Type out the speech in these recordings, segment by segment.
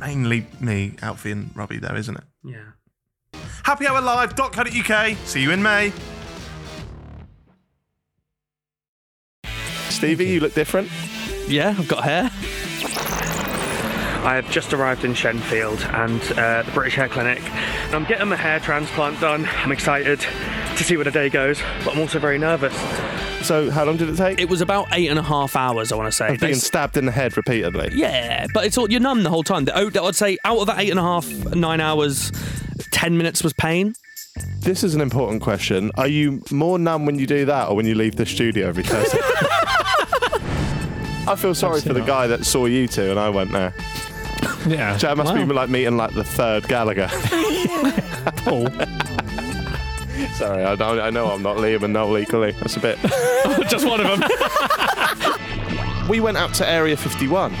Mainly me, Alfie, and Robbie, though, isn't it? Yeah. happyhourlive.co.uk. See you in May. Stevie, you look different. Yeah, I've got hair. I have just arrived in Shenfield and uh, the British Hair Clinic. I'm getting my hair transplant done. I'm excited to see where the day goes, but I'm also very nervous. So, how long did it take? It was about eight and a half hours, I want to say. Of being They- stabbed in the head repeatedly. yeah, but it's all you're numb the whole time. The, oh, I'd say out of that eight and a half, nine hours, ten minutes was pain. This is an important question. Are you more numb when you do that or when you leave the studio every Thursday? I feel sorry for the guy that saw you two and I went there. Yeah. That must be Wow. like meeting like the third Gallagher. Paul. sorry, I, know- I know I'm not Liam and Noel equally. That's a bit. Just one of them. we went out to Area 51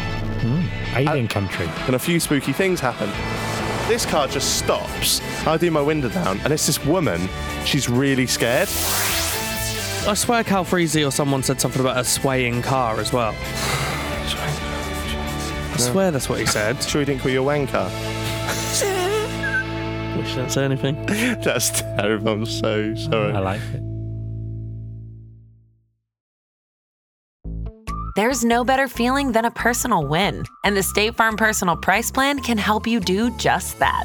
Alien country. and a few spooky things happen. This car just stops. I do my window down and it's this woman. She's really scared. I swear, Cal Freezy or someone said something about a swaying car as well. I swear that's what he said. Sure, you didn't call you a wanker. Wish I'd say anything. That's terrible. I'm so sorry. I like it. There's no better feeling than a personal win, and the State Farm Personal Price Plan can help you do just that.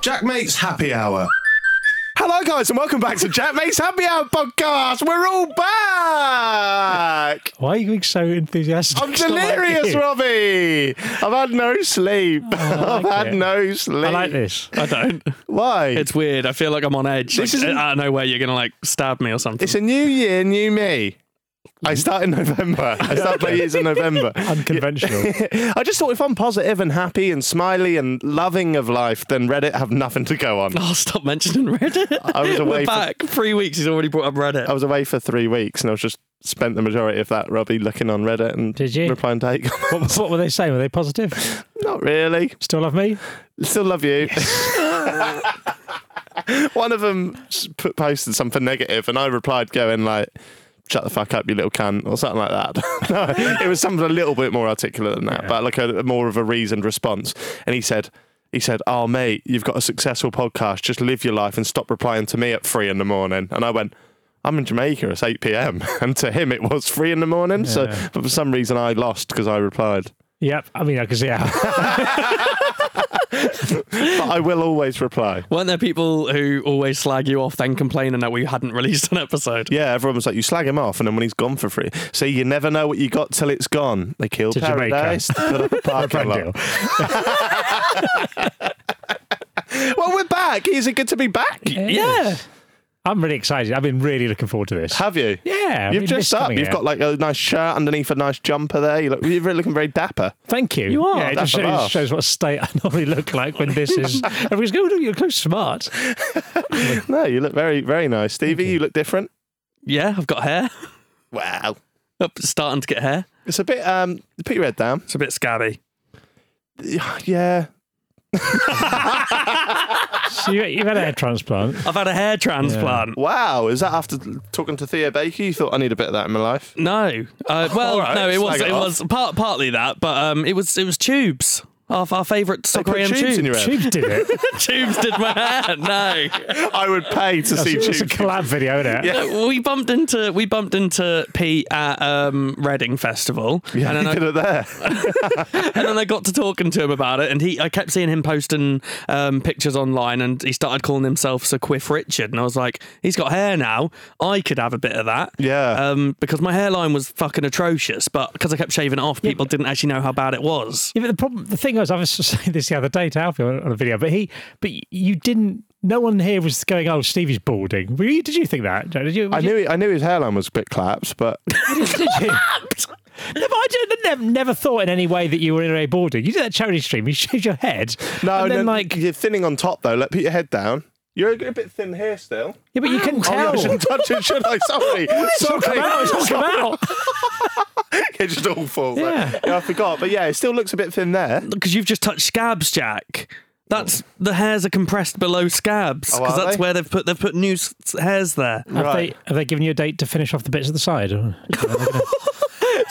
Jack Mate's Happy Hour. Hello, guys, and welcome back to Jack Makes Happy Hour podcast. We're all back. Why are you being so enthusiastic? I'm I like delirious, you. Oh, Robbie. I've had no sleep. I I've like had it. no sleep. I like this. I don't. Why? It's, It's weird. I feel like I'm on edge. This Like, isn't- I don't know where you're gonna like stab me or something. a new year, new me. I start in November. I start playing years in November. Unconventional. I just thought if I'm positive and happy and smiley and loving of life, then Reddit have nothing to go on. Oh, stop mentioning Reddit. I was away We're for- Oh. back. Three weeks. He's already brought up Reddit. I was away for three weeks and I was just spent the majority of that, Robbie, looking on Reddit and Did you? replying to hate what, comments. what were they saying? Were they positive? Not really. Still love me? Still love you. One of them put, posted something negative, and I replied, going like, "Shut the fuck up, you little cunt," or something like that. no, it was something a little bit more articulate than that, but like a more of a reasoned response. And he said. He said, "Oh mate, you've got a successful podcast. Just live your life and stop replying to me at three in the morning." And I went, "I'm in Jamaica. It's eight p.m." And to him, it was three in the morning. So, Yeah. but for some reason, I lost because I replied. Yep. I mean, I can see how. But I will always reply. Weren't there people who always slag you off, then complaining that we hadn't released an episode? Yeah, everyone was like, you slag him off, and then when he's gone for free. See, you never know what you got till it's gone. They killed To Jamaica. Paradise. they put up a parking Brand lot. deal. Well, we're back. Is it good to be back? Yeah. I'm really excited. I've been really looking forward to this. Have you? Yeah, I You've mean, dressed this up. coming You've out. got like a nice shirt underneath a nice jumper there. You look, you're really looking very dapper. Thank you. You are. Yeah, it That's just a shows, laugh. shows what state I normally look like when this is. Everyone's going, oh, you're so smart. No, you look very, very nice. Stevie, you. look different. Yeah, I've got hair. Wow. Up, starting to get hair. It's a bit, um, put your head down. It's a bit scabby. Yeah. So you, you've had a hair transplant. I've had a hair transplant. Wow, is that after talking to Theo Baker? You thought I need a bit of that in my life? No, uh, well, All right, no, it was slag it it off. was part, partly that, but um, it was it was tubes. Our, our favourite They put Korean tubes in your head. Tubes did it. tubes did my hair. No. I would pay to see It's tubes. a collab video, isn't it? No, we bumped into we bumped into Pete at um, Reading Festival, Yeah, and, you then did I, it there. and then I got to talking to him about it, and he I kept seeing him posting um, pictures online, and he started calling himself Sir Quiff Richard, and I was like, he's got hair now, I could have a bit of that, Yeah. um, because my hairline was fucking atrocious, but because I kept shaving it off, people didn't actually know how bad it was. Yeah, but the problem, the thing was, I was just saying this the other day to Alfie on, on a video, but he, but you didn't. No one here was going, "Oh, Stevie's balding." Were you? Did you think that? Joe? Did you, I knew he, I knew his hairline was a bit clapped, but Did, did you? No, but I didn't, never, never thought in any way that you were in a balding. You did that charity stream. You shaved your head. no, and then no, like, yeah, you're thinning on top though. Let put your head down. You're a bit thin here still. but you couldn't Oh, yeah, tell. I shouldn't touch it, should I? Sorry, sorry. Talk about. It's just awful. Yeah. I forgot. But yeah, it still looks a bit thin there. because you've just touched scabs, Jack. That's the hairs are compressed below scabs Oh, because are that's they? where they've put they've put new s- hairs there. Have Right. they have they given you a date to finish off the bits at the side? Or-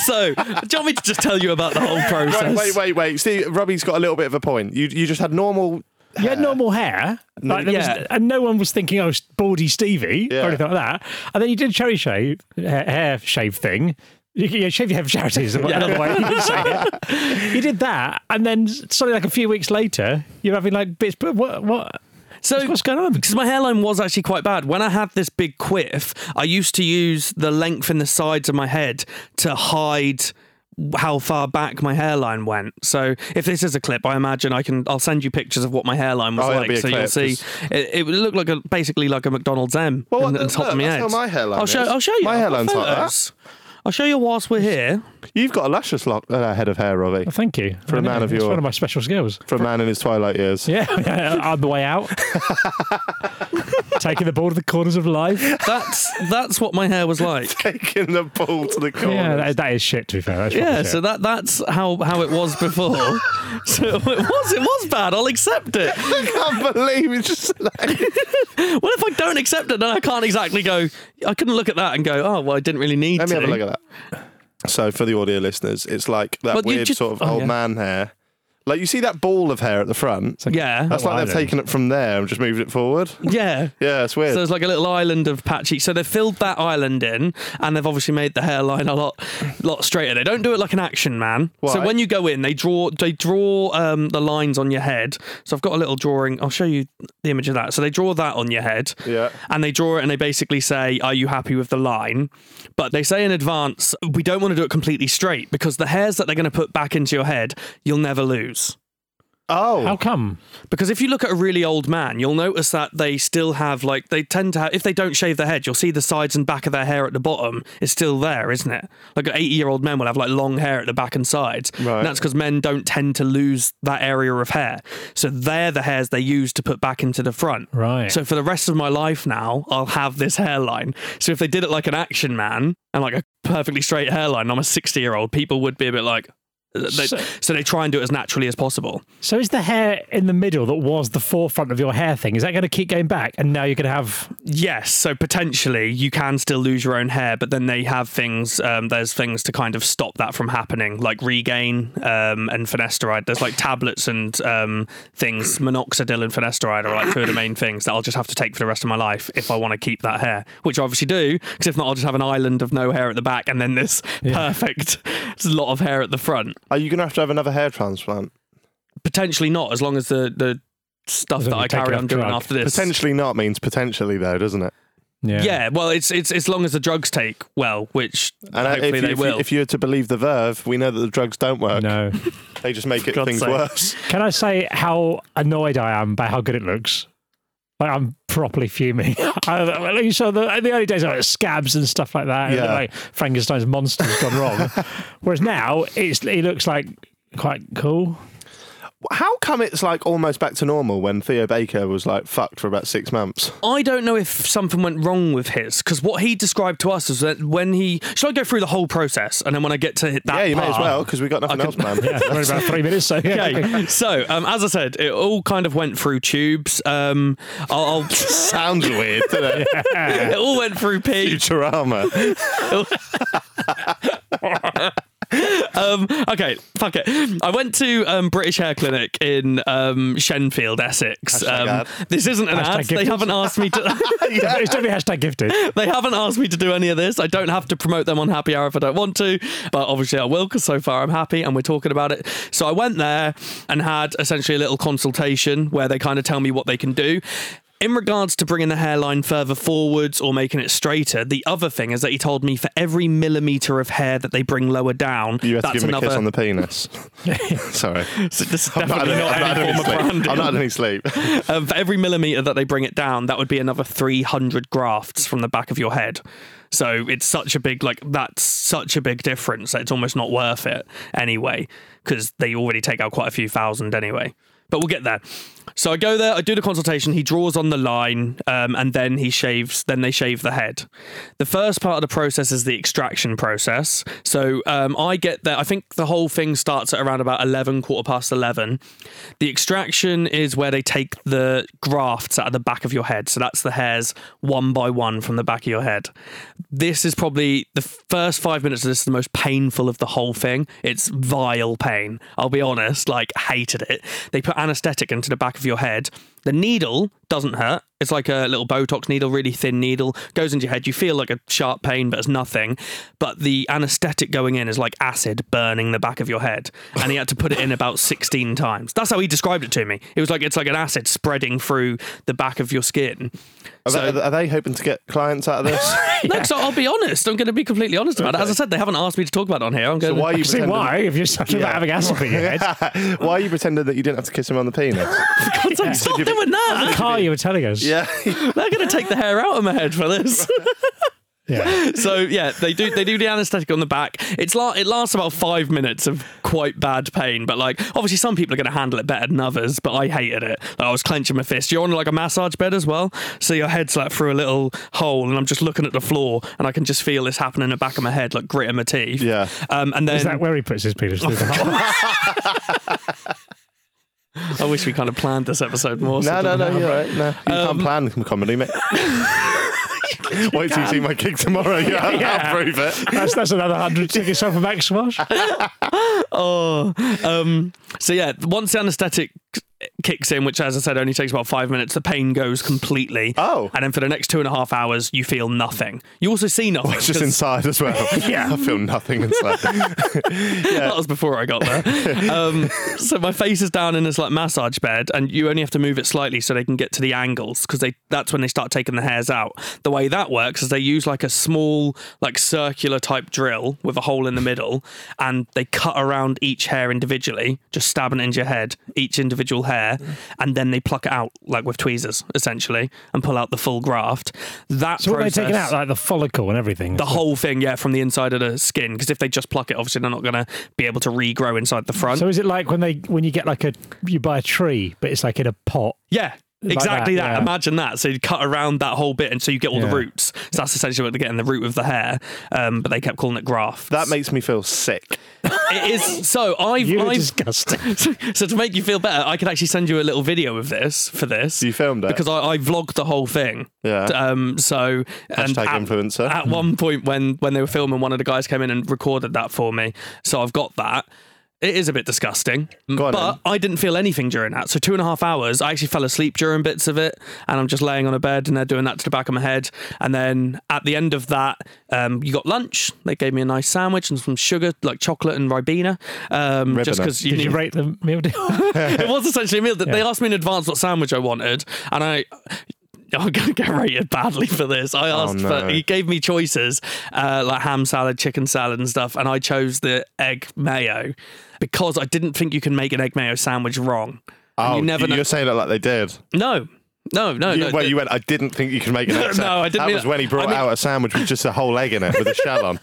So, do you want me to just tell you about the whole process? Wait, wait, wait, wait. See, Robbie's got a little bit of a point. You you just had normal. You had normal hair, like, there was- yeah. and no one was thinking, "Oh, baldy Stevie" Yeah. or anything like that. And then you did a cherry shave, hair, hair shave thing. You, you shave your head for charity is another way you can say it. You did that, and then suddenly, like a few weeks later, you're having like bits. But what? What? So What's going on? Because my hairline was actually quite bad. When I had this big quiff, I used to use the length in the sides of my head to hide how far back my hairline went. So if this is a clip, I imagine I can. I'll send you pictures of what my hairline was Oh, it'll like, be a so you'll clip, see. 'cause- It, it would look like a basically like a McDonald's M Well, in, what- in top look, of my that's head. how my hairline I'll show. is. I'll show you. My I've got hairline's like that. photos. I'll show you whilst we're here. You've got a luscious lock, uh, head of hair, Robbie. Well, thank you For a I know, man of it's your- one of my special skills. For a man in his twilight years. Yeah, on the way out, taking the ball to the corners of life. That's that's what my hair was like. Taking the ball to the corner. Yeah, that, that is shit. To be fair, that's Yeah, proper so shit. that that's how how it was before. so it was it was bad. I'll accept it. I can't believe it's just like, Well, if I don't accept it, then I can't exactly go. I couldn't look at that and go, oh well, I didn't really need Let to. me have a look at that. So, for the audio listeners, it's like that But you weird just- sort of oh, old yeah. man hair. Like you see that ball of hair at the front. Yeah, That's like I they've don't. taken it from there and just moved it forward. yeah. Yeah, it's weird. So there's like a little island of patchy. So they've filled that island in, and they've obviously made the hairline a lot, lot straighter. They don't do it like an action man. So Why? when you go in, they draw, they draw um, the lines on your head. So I've got a little drawing. I'll show you the image of that. So they draw that on your head. Yeah. And they draw it, and they basically say, "Are you happy with the line?" But they say in advance, "We don't want to do it completely straight because the hairs that they're going to put back into your head, you'll never lose." oh, How come? Because if you look at a really old man, you'll notice that they still have like they tend to have if they don't shave their head, you'll see the sides and back of their hair at the bottom is still there, isn't it? Like eighty year old men will have like long hair at the back and sides. Right. And that's because men don't tend to lose that area of hair. So they're the hairs they use to put back into the front. Right. So for the rest of my life now, I'll have this hairline. So if they did it like an action man and like a perfectly straight hairline, I'm a sixty year old, people would be a bit like uh, they- So- so they try and do it as naturally as possible. So is the hair in the middle that was the forefront of your hair thing? Is that going to keep going back? And now you're going to have Yes, so potentially you can still lose your own hair, but then they have things. Um, there's things to kind of stop that from happening, like regain um, and finasteride. There's like tablets and um, things. Minoxidil and finasteride are like two of the main things that I'll just have to take for the rest of my life if I want to keep that hair, which I obviously do, because if not, I'll just have an island of no hair at the back and then this perfect lot of hair at the front. are you going to have to have another hair transplant? Potentially not, as long as the the stuff As that long as I you take carry enough on doing drug. after this. Potentially not means potentially though, doesn't it? Yeah, well, it's it's as long as the drugs take well, which And uh, hopefully if, you, they if, will. You, if you're to believe the Verve, we know that the drugs don't work. No. They just make it God's things sake. worse. Can I say how annoyed I am by how good it looks? Like I'm properly fuming. I, like you saw the, the early days, I was scabs and stuff like that. and Yeah. Like Frankenstein's monster's gone wrong. Whereas now, it's it looks like quite cool. How come it's like almost back to normal when Theo Baker was like fucked for about six months? I don't know if something went wrong with his because what he described to us is that when he should I go through the whole process and then when I get to hit that yeah, you part, may as well because we got nothing I else could- planned. Yeah, we're in about three minutes. So yeah. Okay, so um, as I said, it all kind of went through tubes. Um, I'll, I'll Sounds weird, doesn't it? it all went through pee. Futurama. Um, okay, fuck it. I went to um, British Hair Clinic in um, Shenfield, Essex. Um, ad. This isn't an Hashtag ad. They gifted. haven't asked me to. It's definitely hashtag gifted. they haven't asked me to do any of this. I don't have to promote them on Happy Hour if I don't want to, but obviously I will because so far I'm happy and we're talking about it. So I went there and had essentially a little consultation where they kind of tell me what they can do. In regards to bringing the hairline further forwards or making it straighter, the other thing is that he told me for every millimeter of hair that they bring lower down, You have to that's give him a another. kiss on the penis. Sorry. this is I'm not definitely having- not I'm not any having form sleep. of branding. I'm not having sleep. Um, for every millimeter that they bring it down, that would be another 300 grafts from the back of your head. So it's such a big, like, that's such a big difference that it's almost not worth it anyway, because they already take out quite a few thousand anyway. But we'll get there. So I go there, I do the consultation, he draws on the line, um, and then he shaves, then they shave the head. The first part of the process is the extraction process. So um, I get there, I think the whole thing starts at around about 11, quarter past 11. The extraction is where they take the grafts out of the back of your head. So that's the hairs one by one from the back of your head. This is probably the first five minutes of this is the most painful of the whole thing. It's vile pain. I'll be honest, like, hated it. They put anesthetic into the back of your head. The needle doesn't hurt. It's like a little Botox needle, really thin needle, goes into your head. You feel like a sharp pain, but it's nothing. But the anesthetic going in is like acid burning the back of your head. And he had to put it in about 16 times. That's how he described it to me. It was like it's like an acid spreading through the back of your skin. Are, they, are they hoping to get clients out of this? No, so I'll be honest. I'm going to be completely honest about it. As I said, they haven't asked me to talk about it on here. I'm going so why are you See pretending? why? If you're talking about having acid in your head. why are you pretending that you didn't have to kiss him on the penis? to stop doing that. Carl, you were telling us. yeah. They're going to take the hair out of my head for this. Yeah. so yeah, they do they do the anaesthetic on the back. It's la- it lasts about five minutes of quite bad pain, but like obviously some people are going to handle it better than others. But I hated it. Like, I was clenching my fist. You're on like a massage bed as well, so your head's like through a little hole, and I'm just looking at the floor, and I can just feel this happening in the back of my head, like gritting my teeth. Yeah. Um, and then Is that where he puts his penis? through the hole? I wish we kind of planned this episode more. so No, no, it no, doesn't you're right. No. You Um, can't plan com- comedy, mate. Wait till you see my gig tomorrow. Yeah, I'll prove it. That's, that's another hundred tickets off of Max Wash. Oh, um, so yeah, once the anaesthetic kicks in, which as I said only takes about five minutes, the pain goes completely. Oh. and then for the next two and a half hours, you feel nothing. You also see nothing. It's just 'cause inside as well. yeah. I feel nothing inside. That was before I got there. um, so my face is down in this like massage bed, and you only have to move it slightly so they can get to the angles because they that's when they start taking the hairs out. The way that works is they use like a small like circular type drill with a hole in the middle, and they cut around each hair individually, just stabbing it into your head, each individual hair, Mm. and then they pluck it out like with tweezers essentially and pull out the full graft. That So what are they process, taking out? Like the follicle and everything. the whole thing, yeah, from the inside of the skin. Because if they just pluck it, obviously they're not going to be able to regrow inside the front. So is it like when they when you get like a you buy a tree, but it's like in a pot? yeah, Like exactly that, that. yeah. Imagine that. So you cut around that whole bit, and so you get all Yeah. the roots. So that's essentially what they're getting the root of the hair. Um, but they kept calling it graft. That makes me feel sick. it is. So I've. You were I've disgusting. so to make you feel better, I could actually send you a little video of this for this. You filmed it? because I, I vlogged the whole thing. Yeah. Um. So and Hashtag at- influencer. At one point when when they were filming, one of the guys came in and recorded that for me. So I've got that. It is a bit disgusting, on but I didn't feel anything during that. So two and a half hours, I actually fell asleep during bits of it, and I'm just laying on a bed, and they're doing that to the back of my head. And then at the end of that, um, you got lunch. They gave me a nice sandwich and some sugar, like chocolate and ribena, um, just Ribena. because you Did need you rate the meal deal? it was essentially a meal that they asked me in advance what sandwich I wanted, and I. I'm gonna get rated badly for this. I asked Oh, no. for he gave me choices uh, like ham salad, chicken salad, and stuff, and I chose the egg mayo because I didn't think you can make an egg mayo sandwich wrong. And Oh, you never you're know. saying it like they did. No, No, no, You, no. well, the- you went. I didn't think you could make an egg. No, I didn't That mean- was when he brought I mean- out a sandwich with just a whole egg in it with a shell on.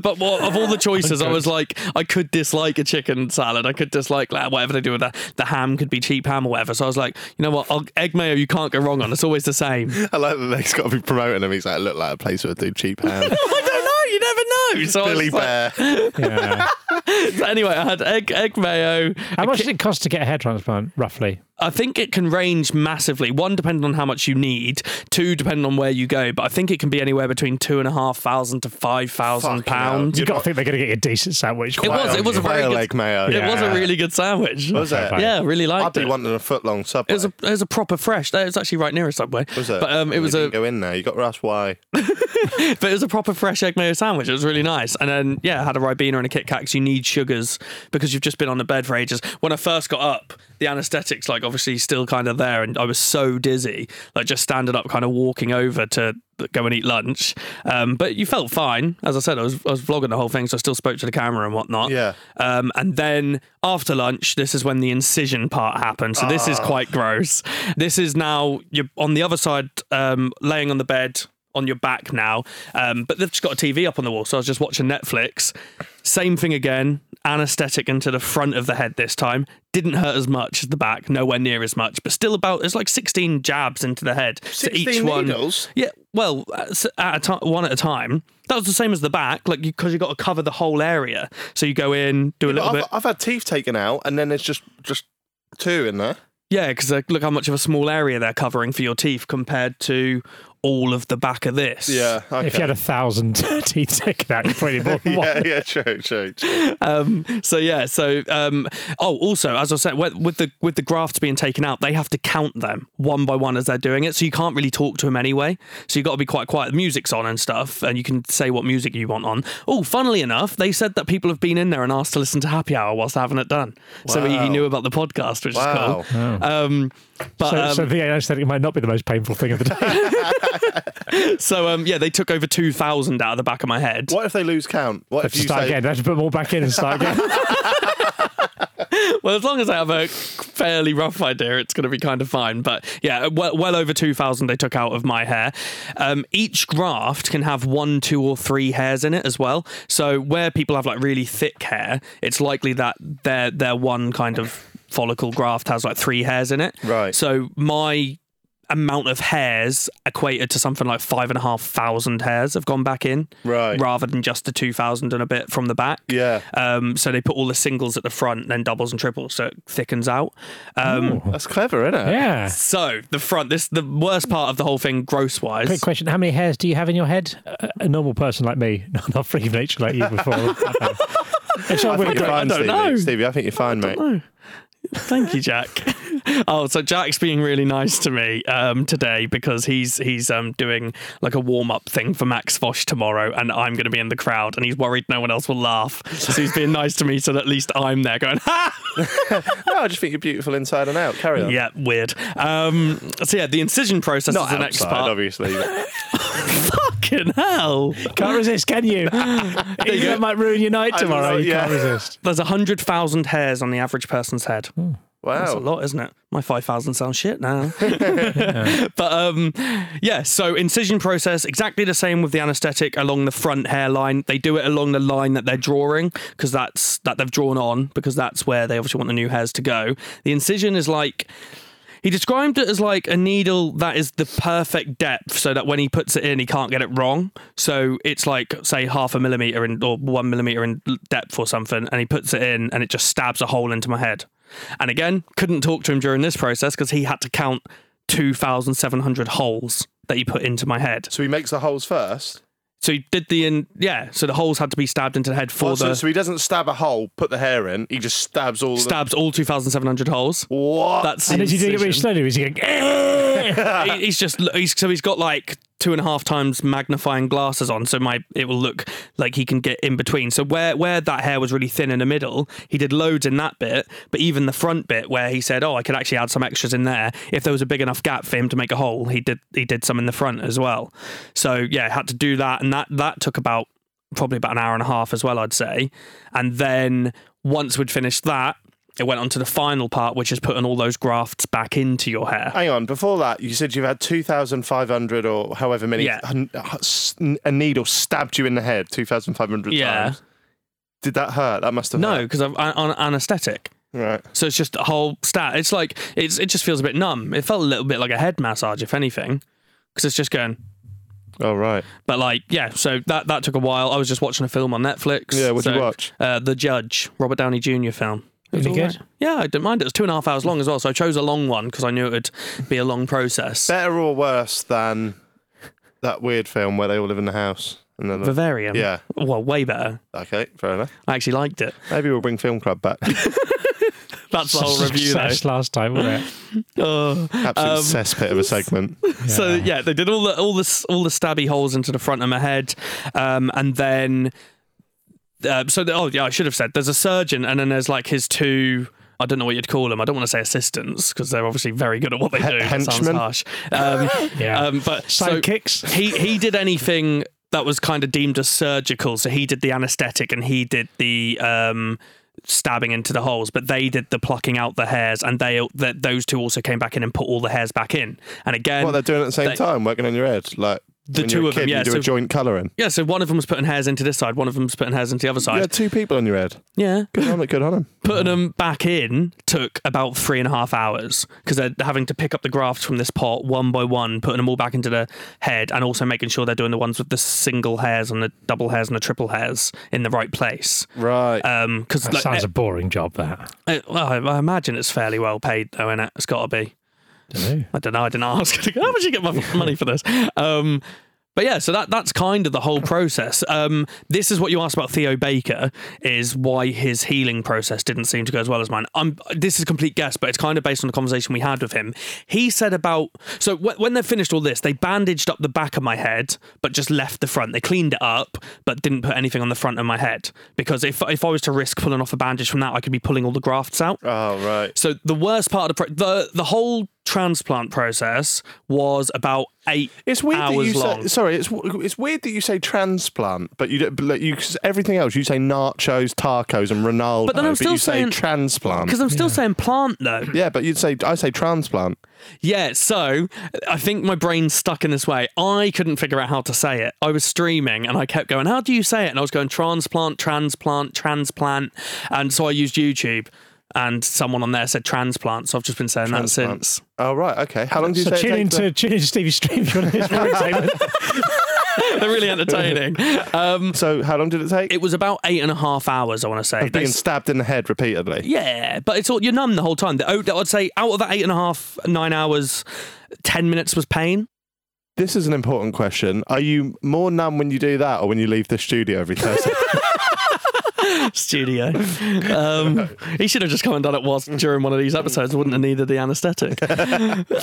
But what, of all the choices, I was like, I could dislike a chicken salad. I could dislike like, whatever they do with that. The ham could be cheap ham or whatever. So I was like, you know what? I'll, egg mayo, you can't go wrong on. It's always the same. No, I like that he's got to be promoting him. He's like, look like a place where they do cheap ham. I don't know. You never know. So I was Billy like- Bear. Yeah. so anyway, I had egg, egg mayo. How much does it cost to get a hair transplant, roughly? I think it can range massively. One, depending on how much you need. Two, depending on where you go. But I think it can be anywhere between two and a half thousand to five thousand Fucking hell. pounds. You've got to think they're going to get you a decent sandwich. It quite was. It often. was a very Whale good. egg mayo. It was a Yeah. really good sandwich. Was it? Yeah, I really liked I'd be it. wanting a foot long subway. It was a it was a proper fresh. It was actually right near a subway. Was it? But um, it You was a didn't go in there. You got to ask why. but it was a proper fresh egg mayo sandwich. It was really nice. And then yeah, I had a ribena and a Kit Kat 'cause you need sugars because you've just been on the bed for ages. When I first got up, the anaesthetic's like obviously still kind of there, and I was so dizzy, like just standing up, kind of walking over to go and eat lunch. Um, but you felt fine. As I said, I was I was vlogging the whole thing, so I still spoke to the camera and whatnot. Yeah. Um, and then after lunch, this is when the incision part happened. So this is quite gross. This is now you're on the other side, um, laying on the bed on your back now. Um, but they've just got a TV up on the wall, so I was just watching Netflix. Same thing again. Anesthetic into the front of the head this time. Didn't hurt as much as the back, nowhere near as much, but still about it's like sixteen jabs into the head. So 16 needles? yeah, well, at s- at a ti- one at a time. That was the same as the back, like because you, have got to cover the whole area. So you go in, do a little I've, bit. I've had teeth taken out, and then there's just just two in there. Yeah, because look how much of a small area they're covering for your teeth compared to all of the back of this. Yeah. Okay. If you had a thousand teeth taken out, you'd probably need more than one. yeah, yeah, true, true. true. Um, so yeah. So um, oh, also as I said, with, with the with the grafts being taken out, they have to count them one by one as they're doing it. So you can't really talk to them anyway. So you got to be quite quiet. The music's on and stuff, and you can say what music you want on. Oh, funnily enough, they said that people have been in there and asked to listen to Happy Hour whilst having it done. So he, he knew about the podcast, which Wow. is cool. Um, but So, um, so the anesthetic might not be the most painful thing of the day. so um, yeah, they took over two thousand out of the back of my head. What if they lose count? What if to you start say? again, they have to put more back in and start again. Well, as long as I have a fairly rough idea, it's going to be kind of fine. But yeah, uh, well, well over 2,000 they took out of my hair. Um, each graft can have one, two, or three hairs in it as well. So where people have like really thick hair, it's likely that their their one kind of follicle graft has like three hairs in it. Right. So my amount of hairs equated to something like five and a half thousand hairs have gone back in Right. rather than just the 2000 and a bit from the back Yeah. um, so they put all the singles at the front, then doubles and triples, so it thickens out. Um, That's clever, isn't it? yeah. so the front, this the worst part of the whole thing, gross wise. Quick question: How many hairs do you have in your head? A, a normal person like me, not a freak of nature like you before. It's not I think weird, you're fine, right? don't Stevie. know. Stevie, I think you're fine, mate. Thank you, Jack. oh, so Jack's being really nice to me um, today because he's he's um, doing like a warm up thing for Max Fosh tomorrow, and I'm going to be in the crowd, and he's worried no one else will laugh. So he's being nice to me, so that at least I'm there going, ha! No, I just think you're beautiful inside and out. Carry on. yeah, weird. Um, so yeah, the incision process Not is the next outside, part. obviously. but- Fucking hell. Can't resist, can you? Even go. that might ruin your night I tomorrow. know, you can't yeah. resist. There's 100,000 hairs on the average person's head. That's a wow. lot, isn't it? My 5,000 sounds shit now. but um, yeah, so incision process, exactly the same with the anesthetic along the front hairline. They do it along the line that they're drawing because that's that they've drawn on because that's where they obviously want the new hairs to go. The incision is like he described it as like a needle that is the perfect depth so that when he puts it in, he can't get it wrong. So it's like, say, half a millimeter in, or one millimeter in depth or something, and he puts it in and it just stabs a hole into my head. And again, couldn't talk to him during this process because he had to count 2,700 holes that he put into my head. So he makes the holes first. So he did the, in, yeah, so the holes had to be stabbed into the head for Well, so, the, so he doesn't stab a hole, put the hair in. He just stabs all stabs all 2,700 holes. the. What? That's the And is he doing it really incision. slowly? or Is he going? "Eh?" He- he's just he's, so he's got like two and a half times magnifying glasses on, so my it will look like he can get in between. So where where that hair was really thin in the middle, he did loads in that bit, but even the front bit where he said, "Oh, I could actually add some extras in there," if there was a big enough gap for him to make a hole, he did he did some in the front as well. So yeah, had to do that, and that that took about probably about an hour and a half as well, I'd say, and then once we'd finished that it went on to the final part, which is putting all those grafts back into your hair. Hang on, before that, you said you've had 2,500 or however many, Yeah. hun- uh, s- a needle stabbed you in the head 2,500 Yeah. times. Did that hurt? That must have No, hurt. because I'm on anesthetic. Right. So it's just a whole stat. It's like it's it just feels a bit numb. It felt a little bit like a head massage, if anything, because it's just going. Oh, right. But like, yeah. So that that took a while. I was just watching a film on Netflix. Yeah, what'd you so, watch? Uh, the Judge, Robert Downey Jr. film. It was Any all good? right. Yeah, I didn't mind. It was two and a half hours long as well, so I chose a long one because I knew it would be a long process. Better or worse than that weird film where they all live in the house? And they're like- Vivarium. Yeah. Well, way better. Okay, fair enough. I actually liked it. Maybe we'll bring Film Club back. That's the whole review though. That's last time, wasn't it? Oh. Absolute cesspit of a segment. So yeah, they did all the all the s- all the stabby holes into the front of my head, um, and then uh, so the, oh yeah, I should have said there's a surgeon, and then there's like his two. I don't know what you'd call them. I don't want to say assistants because they're obviously very good at what they do. That sounds henchmen? harsh. Um, Yeah. um, but so Sidekicks. he he did anything that was kind of deemed as surgical. So he did the anesthetic and he did the um, stabbing into the holes, but they did the plucking out the hairs, and they th- those two also came back in and put all the hairs back in. And again, What they're doing at the same they- time, working on your head, like The when you're two a of them, kid, yeah, You do so- a joint colouring. Yeah, so one of them was putting hairs into this side, one of them was putting hairs into the other You side. had two people on your head. Yeah. Good on it. Good on him. Putting them back in took about three and a half hours because they're having to pick up the grafts from this pot one by one, putting them all back into the head, and also making sure they're doing the ones with the single hairs and the double hairs and the triple hairs in the right place. Right. Um, because That like, sounds a boring job, that. eh, eh, well, I, I imagine it's fairly well paid though, innit? It's got to be. Dunno. I don't know. I didn't ask. How much you get my money for this? Um, but yeah, so that that's kind of the whole process. Um, this is what you asked about Theo Baker is why his healing process didn't seem to go as well as mine. I'm, this is a complete guess, but it's kind of based on the conversation we had with him. He said about so wh- when they finished all this, they bandaged up the back of my head, but just left the front. They cleaned it up, but didn't put anything on the front of my head because if if I was to risk pulling off a bandage from that, I could be pulling all the grafts out. oh, right. So the worst part of the pro- the the whole transplant process was about eight It's weird that hours you long. say. Sorry, it's w- it's weird that you say transplant, but you don't- but like, you 'cause everything else you say nachos, tacos, and Ronaldo. But then I'm still you saying- say transplant. because I'm still saying plant though. Yeah, but you'd say I say transplant. Yeah, so I think my brain's stuck in this way. I couldn't figure out how to say it. I was streaming and I kept going, How do you say it? And I was going transplant, transplant, transplant. And so I used YouTube and someone on there said transplant. So I've just been saying Transplant. that since. Oh right, okay. How long do you So say? tune it takes to- into tune into Stevie Stream if you want to hear his entertainment. They're really entertaining. Um, so how long did it take? it was about eight and a half hours, I want to say. They Being stabbed in the head repeatedly. Yeah, but it's all you're numb the whole time. The, oh, I'd say out of that eight and a half, nine hours, ten minutes was pain. This is an important question. Are you more numb when you do that, or when you leave the studio every Thursday? Studio. Um, he should have just come and done it whilst during one of these episodes. Wouldn't have needed the anaesthetic.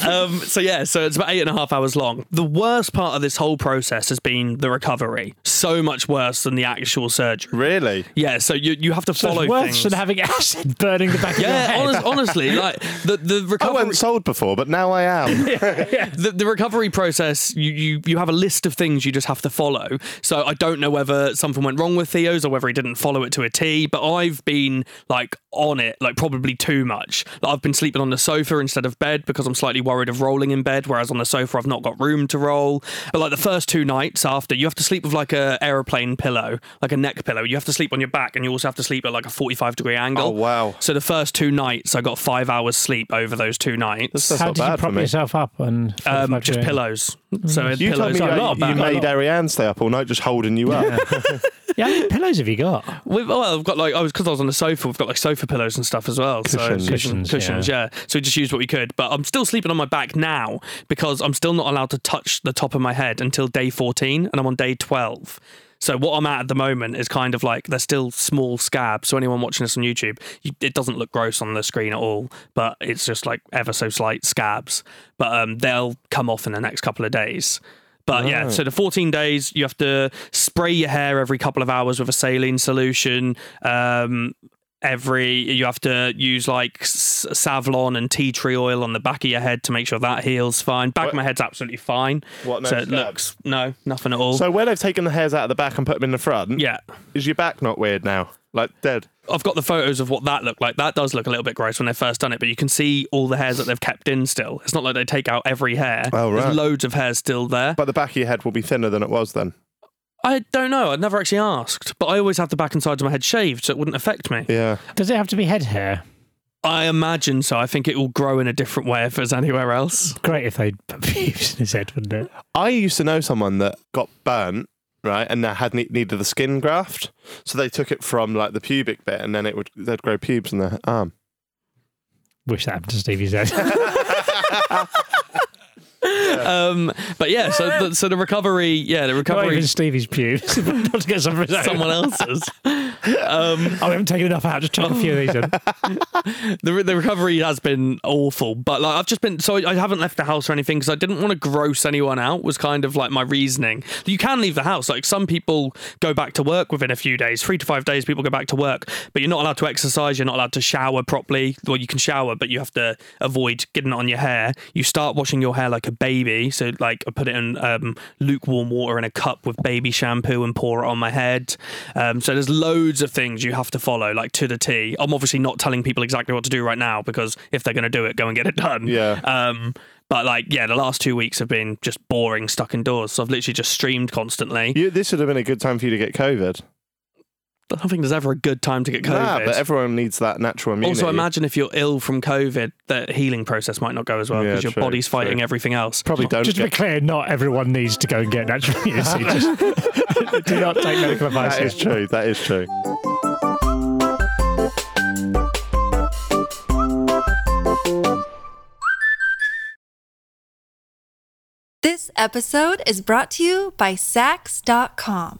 um, so yeah, so it's about eight and a half hours long. The worst part of this whole process has been the recovery. So much worse than the actual surgery. really? Yeah, so you you have to follow Worse things. than having acid burning the back of your yeah, head. honest, honestly, like the the I recovery. wasn't sold before, but now I am. the, the recovery process, you, you you have a list of things you just have to follow. So I don't know whether something went wrong with Theo's or whether he didn't follow it to a T. But I've been like on it, like probably too much. Like, I've been sleeping on the sofa instead of bed because I'm slightly worried of rolling in bed, whereas on the sofa I've not got room to roll. But like the first two nights after, you have to sleep with like a aeroplane pillow, like a neck pillow. You have to sleep on your back, and you also have to sleep at like a 45 degree angle. Oh, wow. So the first two nights, I got five hours sleep over those two nights. That's How not did you bad for prop me. yourself up? And Um, just pillows. So I had You told pillows. me Got a lot you, of you back- made Ariane stay up all night just holding you up. Yeah, how many pillows have you got? We've, well, I've got like I was because I was on the sofa. We've got like sofa pillows and stuff as well. Cushions. So Cushions, cushions, yeah. So we just used what we could. But I'm still sleeping on my back now because I'm still not allowed to touch the top of my head until day 14, and I'm on day 12. So what I'm at at the moment is kind of like they're still small scabs. So anyone watching this on YouTube, you, it doesn't look gross on the screen at all, but it's just like ever so slight scabs. But um, they'll come off in the next couple of days. But yeah, so the 14 days, you have to spray your hair every couple of hours with a saline solution. Um, every you have to use like s- savlon and tea tree oil on the back of your head to make sure that heals fine. Back of my head's absolutely fine. What, no so it scabs? looks no nothing at all. so where they've taken the hairs out of the back and put them in the front, yeah. is your back not weird now? like dead. I've got the photos of what that looked like. That does look a little bit gross when they first done it, but you can see all the hairs that they've kept in still. It's not like they take out every hair. Oh, right. There's loads of hairs still there. But the back of your head will be thinner than it was then. I don't know. I'd never actually asked, but I always have the back and sides of my head shaved, so it wouldn't affect me. Yeah. Does it have to be head hair? I imagine so. I think it will grow in a different way if it's anywhere else. Great if they'd put pubes in his head, wouldn't it? I used to know someone that got burnt, right, and they had ne- needed the skin graft. So they took it from like the pubic bit, and then it would they'd grow pubes in their arm. Wish that happened to Stevie's head. Um, but yeah, so the, so the recovery, yeah, the Not recovery, even Stevie's pubes. Not to get some for his own. someone else's. Um, Oh, we haven't taken enough out. Just chuck a few of these in. the, re- the recovery has been awful but like i've just been so i haven't left the house or anything because i didn't want to gross anyone out was kind of like my reasoning you can leave the house like some people go back to work within a few days three to five days people go back to work but you're not allowed to exercise you're not allowed to shower properly well you can shower but you have to avoid getting it on your hair you start washing your hair like a baby so like i put it in um, lukewarm water in a cup with baby shampoo and pour it on my head um, so there's loads of things you have to follow like to the t i'm obviously not telling people exactly what to do right now because if they're going to do it go and get it done Yeah. um, but like yeah the last two weeks have been just boring stuck indoors so i've literally just streamed constantly You, this would have been a good time for you to get COVID. i don't think there's ever a good time to get covid Nah, but everyone needs that natural immunity. Also, imagine if you're ill from COVID, the healing process might not go as well Yeah, because your true, body's fighting true. everything else. Probably don't. Just to be Get, clear, not everyone needs to go and get natural immunity. Just do not take medical advice. that is true. That is true. This episode is brought to you by Sax.com.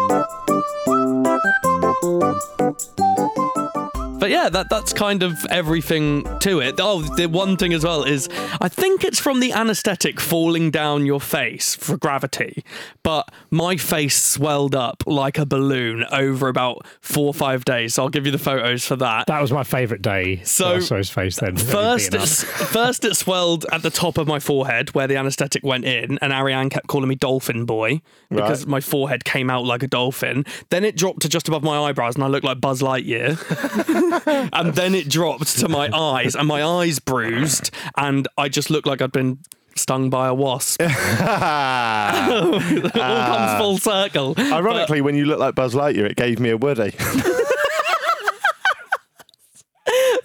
But yeah, that that's kind of everything to it. Oh, the one thing as well is I think it's from the anesthetic falling down your face for gravity, but my face swelled up like a balloon over about four or five days. So I'll give you the photos for that. That was my favourite day. So, that I saw his face then. First, Beaten up. it's, first it swelled at the top of my forehead where the anaesthetic went in, and Ariane kept calling me Dolphin Boy because Right. my forehead came out like a dolphin. Then it dropped to just above my eyebrows, and I looked like Buzz Lightyear. and then it dropped to my eyes, and my eyes bruised, and I just looked like I'd been stung by a wasp. It Ah. all comes full circle. Ironically, when you look like Buzz Lightyear, it gave me a Woody.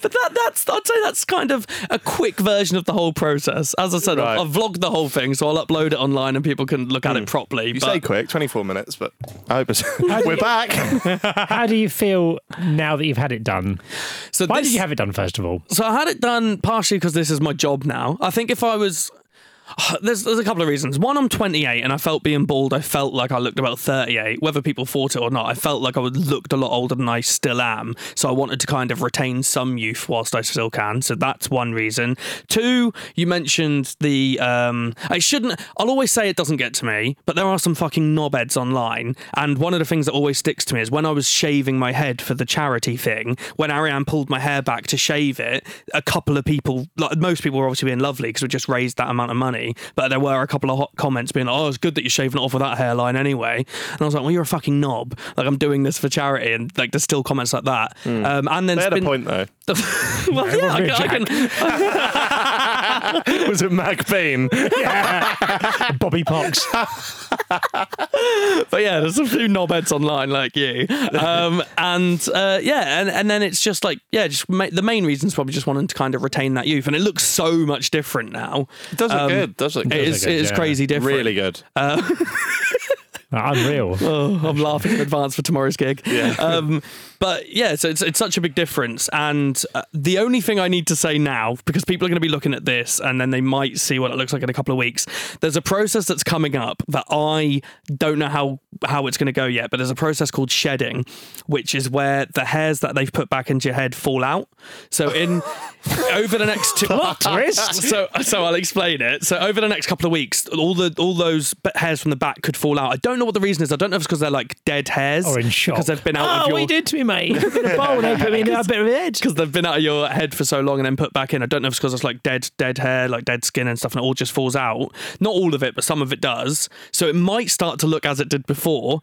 But that, that's, I'd say that's kind of a quick version of the whole process. As I said, Right. Hmm. I've, I've vlogged the whole thing, so I'll upload it online and people can look at it properly. You but say quick, 24 minutes, but I hope it's. We're back. How do you feel now that you've had it done? so Why this, did you have it done first of all? So I had it done partially because this is my job now. I think if I was. There's, there's a couple of reasons. One, I'm 28 and I felt being bald, I felt like I looked about 38. Whether people thought it or not, I felt like I would looked a lot older than I still am. So I wanted to kind of retain some youth whilst I still can. So that's one reason. Two, you mentioned the. Um, I shouldn't. I'll always say it doesn't get to me, but there are some fucking knobheads online. And one of the things that always sticks to me is when I was shaving my head for the charity thing, when Ariane pulled my hair back to shave it, a couple of people, like most people were obviously being lovely because we just raised that amount of money. But there were a couple of hot comments being, oh, it's good that you're shaving it off with that hairline anyway. And I was like, well, you're a fucking knob. Like, I'm doing this for charity. And like, there's still comments like that. Um, Hmm. and then They it's had a been- point though. well, yeah, I, can- I can. Was it Mag Bean? Bobby Pox. but yeah, there's a few knobheads online like you, um, and uh, yeah, and, and then it's just like yeah, just ma- the main reason's probably just wanting to kind of retain that youth, and it looks so much different now. Um, Does look good. Does look It is, good, it is yeah. crazy different. Really good. Unreal. Oh, I'm laughing in advance for tomorrow's gig. Um, but yeah, so it's, it's such a big difference. And uh, the only thing I need to say now, because people are going to be looking at this and then they might see what it looks like in a couple of weeks, there's a process that's coming up that I don't know how, how it's going to go yet, but there's a process called shedding, which is where the hairs that they've put back into your head fall out. So in over the next two twist. so so I'll explain it. So over the next couple of weeks, all the all those b- hairs from the back could fall out. I don't know what the reason is. I don't know if it's because they're like dead hairs Or in shock. because they've been out Ah, of your Oh, to me, mate. A bit of bowl, they put me in a bit of head. because they've been out of your head for so long and then put back in. I don't know if it's because it's like dead, dead hair, like dead skin and stuff, and it all just falls out. Not all of it, but some of it does. So it might start to look as it did before,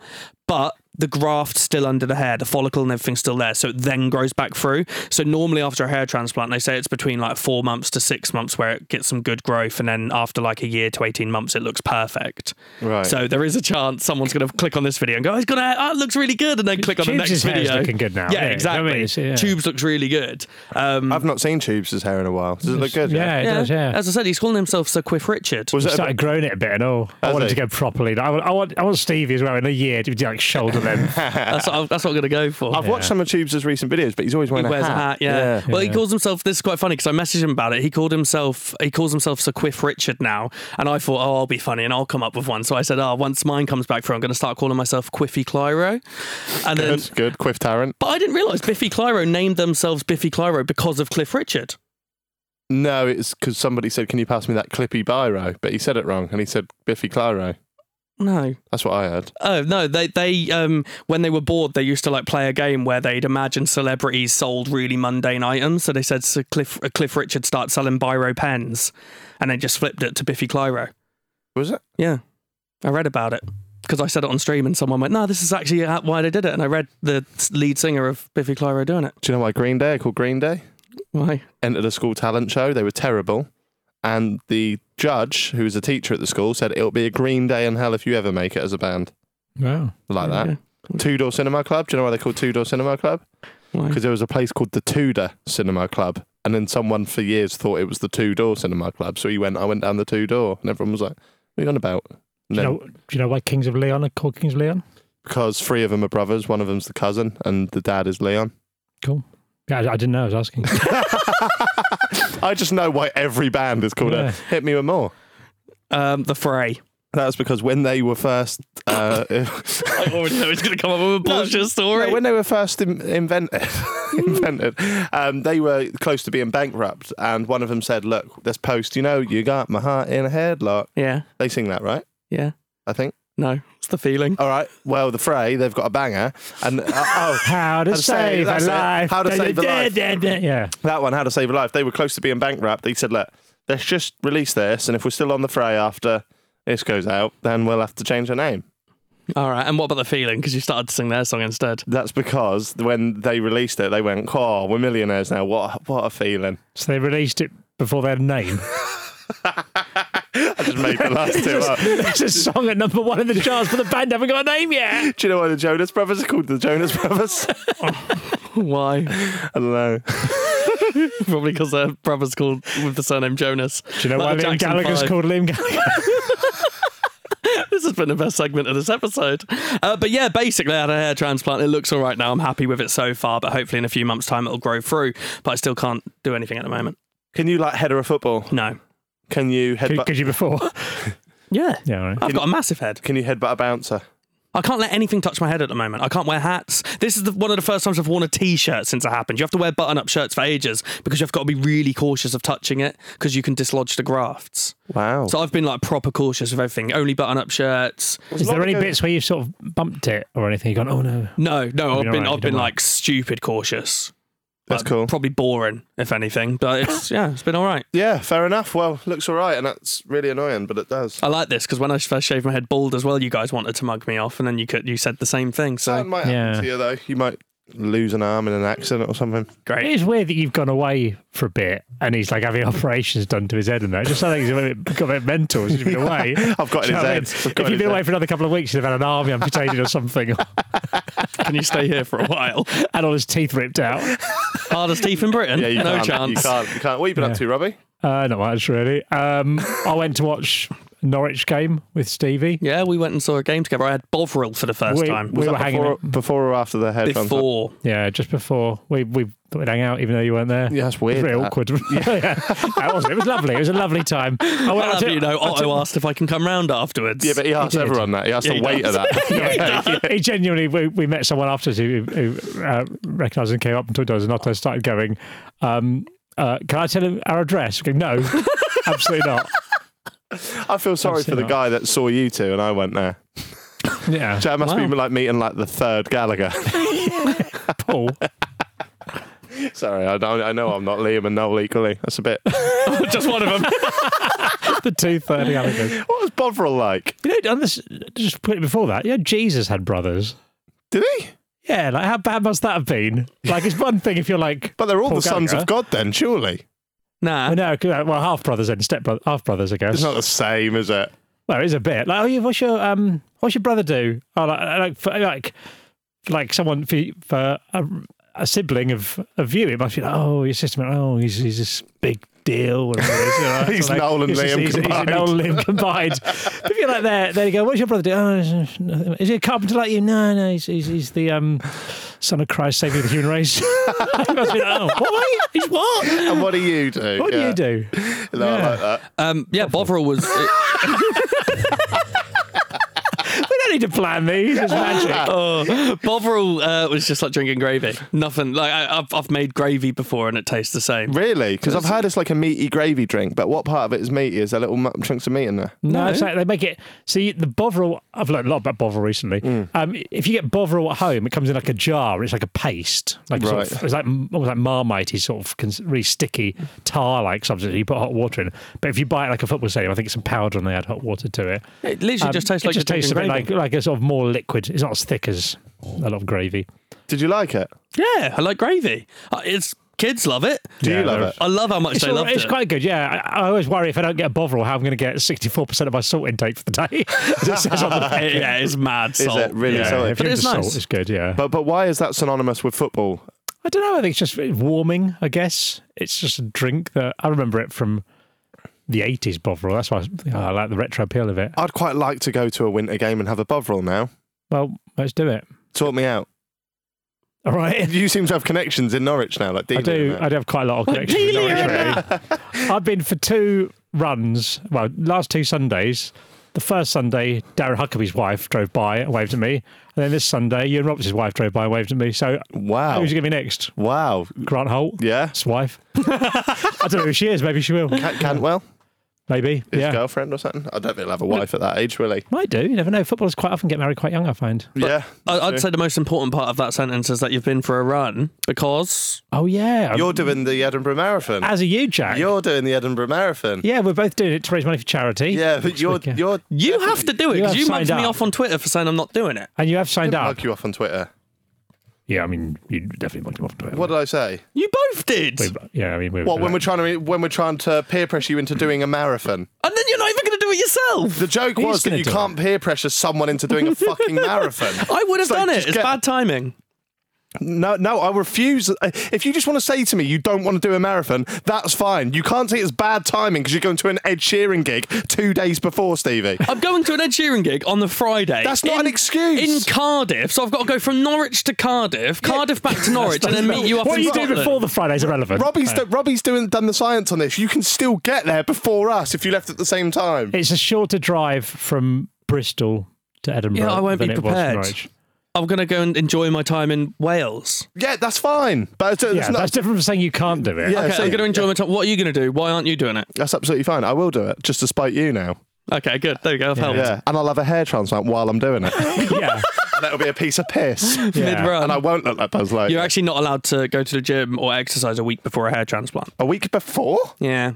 but the graft's still under the hair, the follicle and everything's still there. So it then grows back through. So normally after a hair transplant, they say it's between like four months to six months where it gets some good growth, and then after like a year to eighteen months, it looks perfect. Right. So there is a chance someone's going to click on this video and go, oh, "It's gonna, oh, it looks really good," and then click on the Tubes' next hair's video. looking good now, Yeah, yeah. exactly. I mean, it's- yeah. Tubes looks really good. Um, I've not seen Tubes' hair in a while. Does it look good? Yeah, it does, yeah. As I said, he's calling himself Sir Quiff Richard. Was it? a started bit- growing it a bit and all. I Has wanted he? to go properly. I want, I want, I want Stevie as well in a year to be like shoulder length. that's, what, I'm- that's what I'm going to go for. I've watched some of Tubes' recent videos, but he's always he wearing wears a hat. yeah. Well, Yeah. he calls himself. This is quite funny because I messaged him about it. He called himself. He calls himself Sir Quiff Richard now, and I thought, oh, I'll be funny and I'll come up with one. So I said, oh, once mine comes back through, I'm going to start calling myself Quiffy Clyro, and then. Good, good. Quiff Tarrant. But I didn't realise Biffy Clyro named themselves Biffy Clyro because of Cliff Richard. No, it's because somebody said, "Can you pass me that Clippy Biro?" But he said it wrong, and he said Biffy Clyro. No. That's what I heard. Oh no, they they um when they were bored, they used to like play a game where they'd imagine celebrities sold really mundane items. So they said Sir Cliff uh, Cliff Richard start selling biro pens, and they just flipped it to Biffy Clyro. Was it? Yeah, I read about it because I said it on stream, and someone went, "No, this is actually how- why they did it." And I read the s- lead singer of Biffy Clyro doing it. Do you know why Green Day are called Green Day? Why? Entered a school talent show. They were terrible, and the judge, who was a teacher at the school, said it'll be a Green Day in hell if you ever make it as a band wow. like that. Yeah. Two Door Cinema Club. Do you know why they're called Two Door Cinema Club? Why? Because there was a place called the Tudor Cinema Club, and then someone for years thought it was the Two Door Cinema Club. So he went, I went down the Two Door, and everyone was like, "What are you on about?" Do, No, you know, do you know why Kings of Leon are called Kings of Leon? because three of them are brothers. One of them's the cousin, and the dad is Leon. Cool. Yeah, I, I didn't know. I was asking. I just know why every band is called Yeah. a Hit Me With More. Um, the Fray. That's because when they were first, uh, I already know it's going to come up with a bullshit story. no, when they were first in- invented, invented, um, they were close to being bankrupt, and one of them said, "Look, let's post. You know, you got my heart in a headlock." yeah, They sing that, right? yeah. I think. No, it's the feeling. All right. Well, the fray, they've got a banger, and uh, oh, How to, save, a that's it. life. How to save a life. Yeah. that one, how to save a life. They were close to being bankrupt. They said, "Look, let's just release this, and if we're still on the fray after this goes out, then we'll have to change our name." All right, and what about the feeling? Because you started to sing their song instead. That's because when they released it, they went, "Oh, we're millionaires now. What, what a feeling!" So they released it before they had a name. I just made the last two up. It's a song at number one in the charts, but the band haven't got a name yet. Do you know why the Jonas Brothers are called the Jonas Brothers? Why? I don't know. Probably because their brother's called with the surname Jonas. Do you know why Liam Gallagher's called Liam Gallagher? This has been the best segment of this episode. Uh, but yeah, basically, I had a hair transplant. It looks all right now. I'm happy with it so far, but hopefully, in a few months' time, it'll grow through. But I still can't do anything at the moment. Can you like header a football? No. Can you Could, headbutt? could you before? Yeah. Yeah, all right. I've got a massive head. Can you headbutt a bouncer? I can't let anything touch my head at the moment. I can't wear hats. This is the, one of the first times I've worn a t-shirt since it happened. You have to wear button-up shirts for ages because you've got to be really cautious of touching it because you can dislodge the grafts. Wow. So I've been like proper cautious with everything. Only button-up shirts. Is there any bits where you've sort of bumped it or anything? You've gone, oh no. No, no, I've You're been alright, I've been don't worry. like stupid cautious. That's Like, cool. Probably boring, if anything, but it's yeah, it's been all right. Yeah, fair enough. Well, looks all right, and that's really annoying, but it does. I like this because when I first shaved my head bald as well, you guys wanted to mug me off, and then you could you said the same thing. Something So might happen Yeah. to you though. You might lose an arm in an accident or something. It great. is weird that you've gone away for a bit and he's like having operations done to his head and that. It Just I think he's a little bit, got a bit mental since you've been away. I've got it in Do you his know what I head. mean? I've If got it in you've his been away head. for another couple of weeks, you'd have had an arm amputated or something, Can you stay here for a while? and all his teeth ripped out. Hardest teeth in Britain. Yeah, you no can't. chance. You can't. You can't. What have you been up to, Robbie? Uh, not much really. Um, I went to watch Norwich game with Stevie. Yeah, we went and saw a game together. I had Bovril for the first We- time. we that were hanging before, out. before or after the headphones? before. Yeah, just before we we would hang out, even though you weren't there. Yeah, that's weird, Very that. awkward. Yeah. that was it. Was lovely. It was a lovely time. I went Well, out to- you know, I took- Otto asked if I can come round afterwards. Yeah, but he asked did. everyone that. He asked Yeah, the he weight of does. that. he genuinely, we, we met someone afterwards who, who uh, recognised and came up and talked to us, and Otto started going, um, uh, Can I tell him our address? We go, no, absolutely not. I feel sorry for the not. guy that saw you two and I went there. Yeah, So I must be like meeting like the third Gallagher. Paul. sorry, I, don't, I know I'm not Liam and Noel equally. That's a bit. just one of them. the 230 alligators. What was Bovril like? You know, on this, just put it before that, you know, Jesus had brothers. Did he? Yeah, like how bad must that have been? Like, it's one thing if you're like. But they're all Paul the sons Gallagher. of God, then surely. Well, Nah. no, 'cause, uh, well, half brothers and step half brothers, I guess. It's not the same, is it? Well, it's a bit like, oh, yeah, what's your um, what's your brother do? Oh, like, like, for, like, like someone for, for a, a sibling of of you, it must be like, oh, your sister, oh, he's he's this big deal. whatever it is, you know, He's it's like, Noel and it's just- Liam he's, he's combined. Noel and Liam combined. But if you're like there, there you go. What's your brother do? Oh, he's- nothing. is he a carpenter like you? No, no, he's he's, he's the um, son of Christ, saviour of the human race. It must be like, oh, what? He's what? And what do you do? What Yeah. do you do? No, I Yeah. like that. Um, yeah, Bovril was. We don't need to plan these. It's magic. oh, Bovril uh, was just like drinking gravy. Nothing. Like I, I've, I've made gravy before and it tastes the same. Really? Because I've heard it's like a meaty gravy drink, but what part of it is meaty? Is there little mu- chunks of meat in there? No, it's like they make it. See, the Bovril, I've learned a lot about Bovril recently. Hmm. Um, if you get Bovril at home, it comes in like a jar. It's like a paste. Like sort of, Right. it's like almost like marmite sort of cons- really sticky tar like substance. You put hot water in. But if you buy it like a football stadium, I think it's some powder and they add hot water to it. It literally Um, just tastes it like just you're tastes a bit drinking like, gravy. like a sort of more liquid. It's not as thick as a lot of gravy. Did you like it? Yeah, I like gravy. Uh, It's kids love it. Do Yeah, you love they're- it? I love how much It's, they all- love it's it. quite good, yeah. I, I always worry if I don't get a Bovril, how I'm going to get 64% of my salt intake for the day. It says on the packet. yeah, it's mad salt. it really yeah. salty? if But you're it's into nice. salt, it's good, yeah. But but why is that synonymous with football? I don't know. I think it's just warming. I guess it's just a drink that I remember it from the eighties Bovril. That's why I, you know, I like the retro appeal of it. I'd quite like to go to a winter game and have a Bovril now. Well, let's do it. Sort me out. All right. You seem to have connections in Norwich now, like I Dealey do. and uh, that. I do have quite a lot of connections. with Delia Norwich, and really. I've been for two runs. Well, last two Sundays. The first Sunday, Darren Huckabee's wife drove by and waved at me, and then this Sunday, Ian Roberts' wife drove by and waved at me. So Wow. who's going to be next? Wow. Grant Holt. Yeah. His wife. I don't know who she is. Maybe she will. Cat Cantwell, Maybe. his yeah. girlfriend or something. I don't think he'll have a wife at that age, will he? Might do. You never know. Footballers quite often get married quite young, I find. yeah. I- I'd say the most important part of that sentence is that you've been for a run because Oh, yeah. You're doing the Edinburgh Marathon. As are you, Jack. You're doing the Edinburgh Marathon. yeah, we're both doing it to raise money for charity. Yeah, but you're weekend. you're you have to do it You because have you, mugged signed me up. off on Twitter for saying I'm not doing it. And you have signed up. mug you off on Twitter. Yeah, I mean, you definitely want to off to it. What did I say? You both did. We- yeah, I mean, we're. What when we're like- trying to when we're trying to peer pressure you into doing a marathon? And then you're not even going to do it yourself. The joke He's was that gonna you do can't peer pressure someone into doing a fucking marathon. I would have So done it. just It's get- bad timing. No, no, I refuse. If you just want to say to me you don't want to do a marathon, that's fine. You can't say it's bad timing because you're going to an Ed Sheeran gig two days before, Stevie. I'm going to an Ed Sheeran gig on the Friday. That's not an excuse. In Cardiff, so I've got to go from Norwich to Cardiff, Cardiff back to Norwich, and then meet you up What in you do Scotland. before the Friday's irrelevant. Robbie's do- Uh, Robbie's doing done the science on this. You can still get there before us if you left at the same time. It's a shorter drive from Bristol to Edinburgh. Yeah, I won't than be it was from prepared. Norwich. I'm going to go and enjoy my time in Wales. yeah, that's fine. But it's, it's Yeah, not- that's different from saying you can't do it. Yeah. Okay, so- I'm going to enjoy my time. What are you going to do? Why aren't you doing it? that's absolutely fine. I will do it just to spite you now. Okay, good. There we go. I've helped. Yeah, and I'll have a hair transplant while I'm doing it. and Yeah. that'll be a piece of piss. Mid And run. I won't look like Buzz Lightyear. You're actually not allowed to go to the gym or exercise a week before a hair transplant. a week before. Yeah.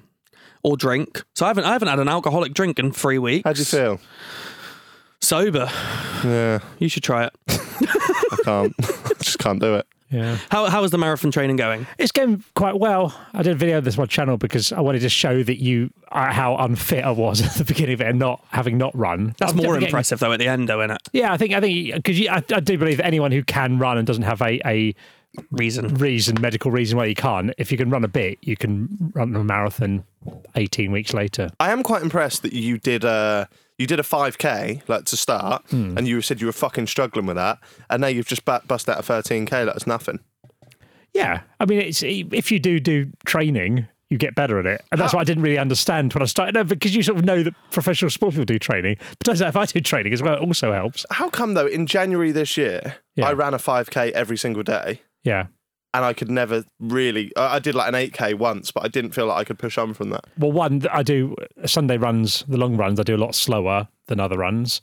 Or drink. So I haven't I haven't had an alcoholic drink in three weeks. How do you feel? Sober. Yeah, You should try it. I can't. just can't do it. yeah. How how is the marathon training going? It's going quite well. I did a video of this on my channel because I wanted to show that you uh, how unfit I was at the beginning of it and not having not run. That's I'm more definitely getting- impressive though at the end though, isn't it? Yeah, I think I think because I, I do believe that anyone who can run and doesn't have a a reason. reason, medical reason why you can't. If you can run a bit, you can run a marathon 18 weeks later. I am quite impressed that you did a you did a 5k like to start, and you said you were fucking struggling with that, and now you've just bu- bust out a 13k. That's nothing. Yeah. I mean, it's if you do do training, you get better at it. And that's what I didn't really understand when I started. No, because you sort of know that professional sports people do training. But turns out if I do training as well, it also helps. How come though? In January this year, Yeah. I ran a 5k every single day, Yeah. and I could never really. I I did like an 8k once, but I didn't feel like I could push on from that. Well, one, I do Sunday runs, the long runs, I do a lot slower than other runs.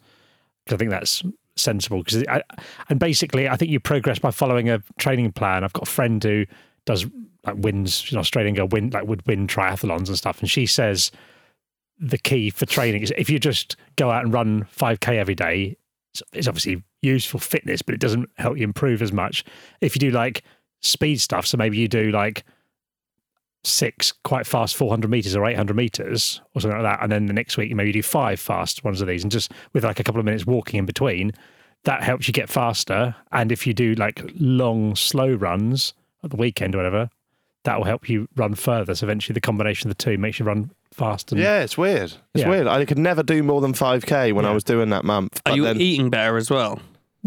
'Cause I think that's sensible. Because and basically, I think you progress by following a training plan. I've got a friend who does like wins, she's an Australian girl, win like would win triathlons and stuff, and she says the key for training is if you just go out and run five k every day, it's, it's obviously useful fitness, but it doesn't help you improve as much. If you do like speed stuff, so maybe you do like six quite fast 400 meters or 800 meters or something like that and then the next week you maybe do five fast ones of these and just with like a couple of minutes walking in between that helps you get faster and if you do like long slow runs at the weekend or whatever that will help you run further so eventually the combination of the two makes you run faster Yeah, it's weird. It's Mm. Yeah. weird. I could never do more than 5k when I was doing that month. Are but you e- then- eating better as well? a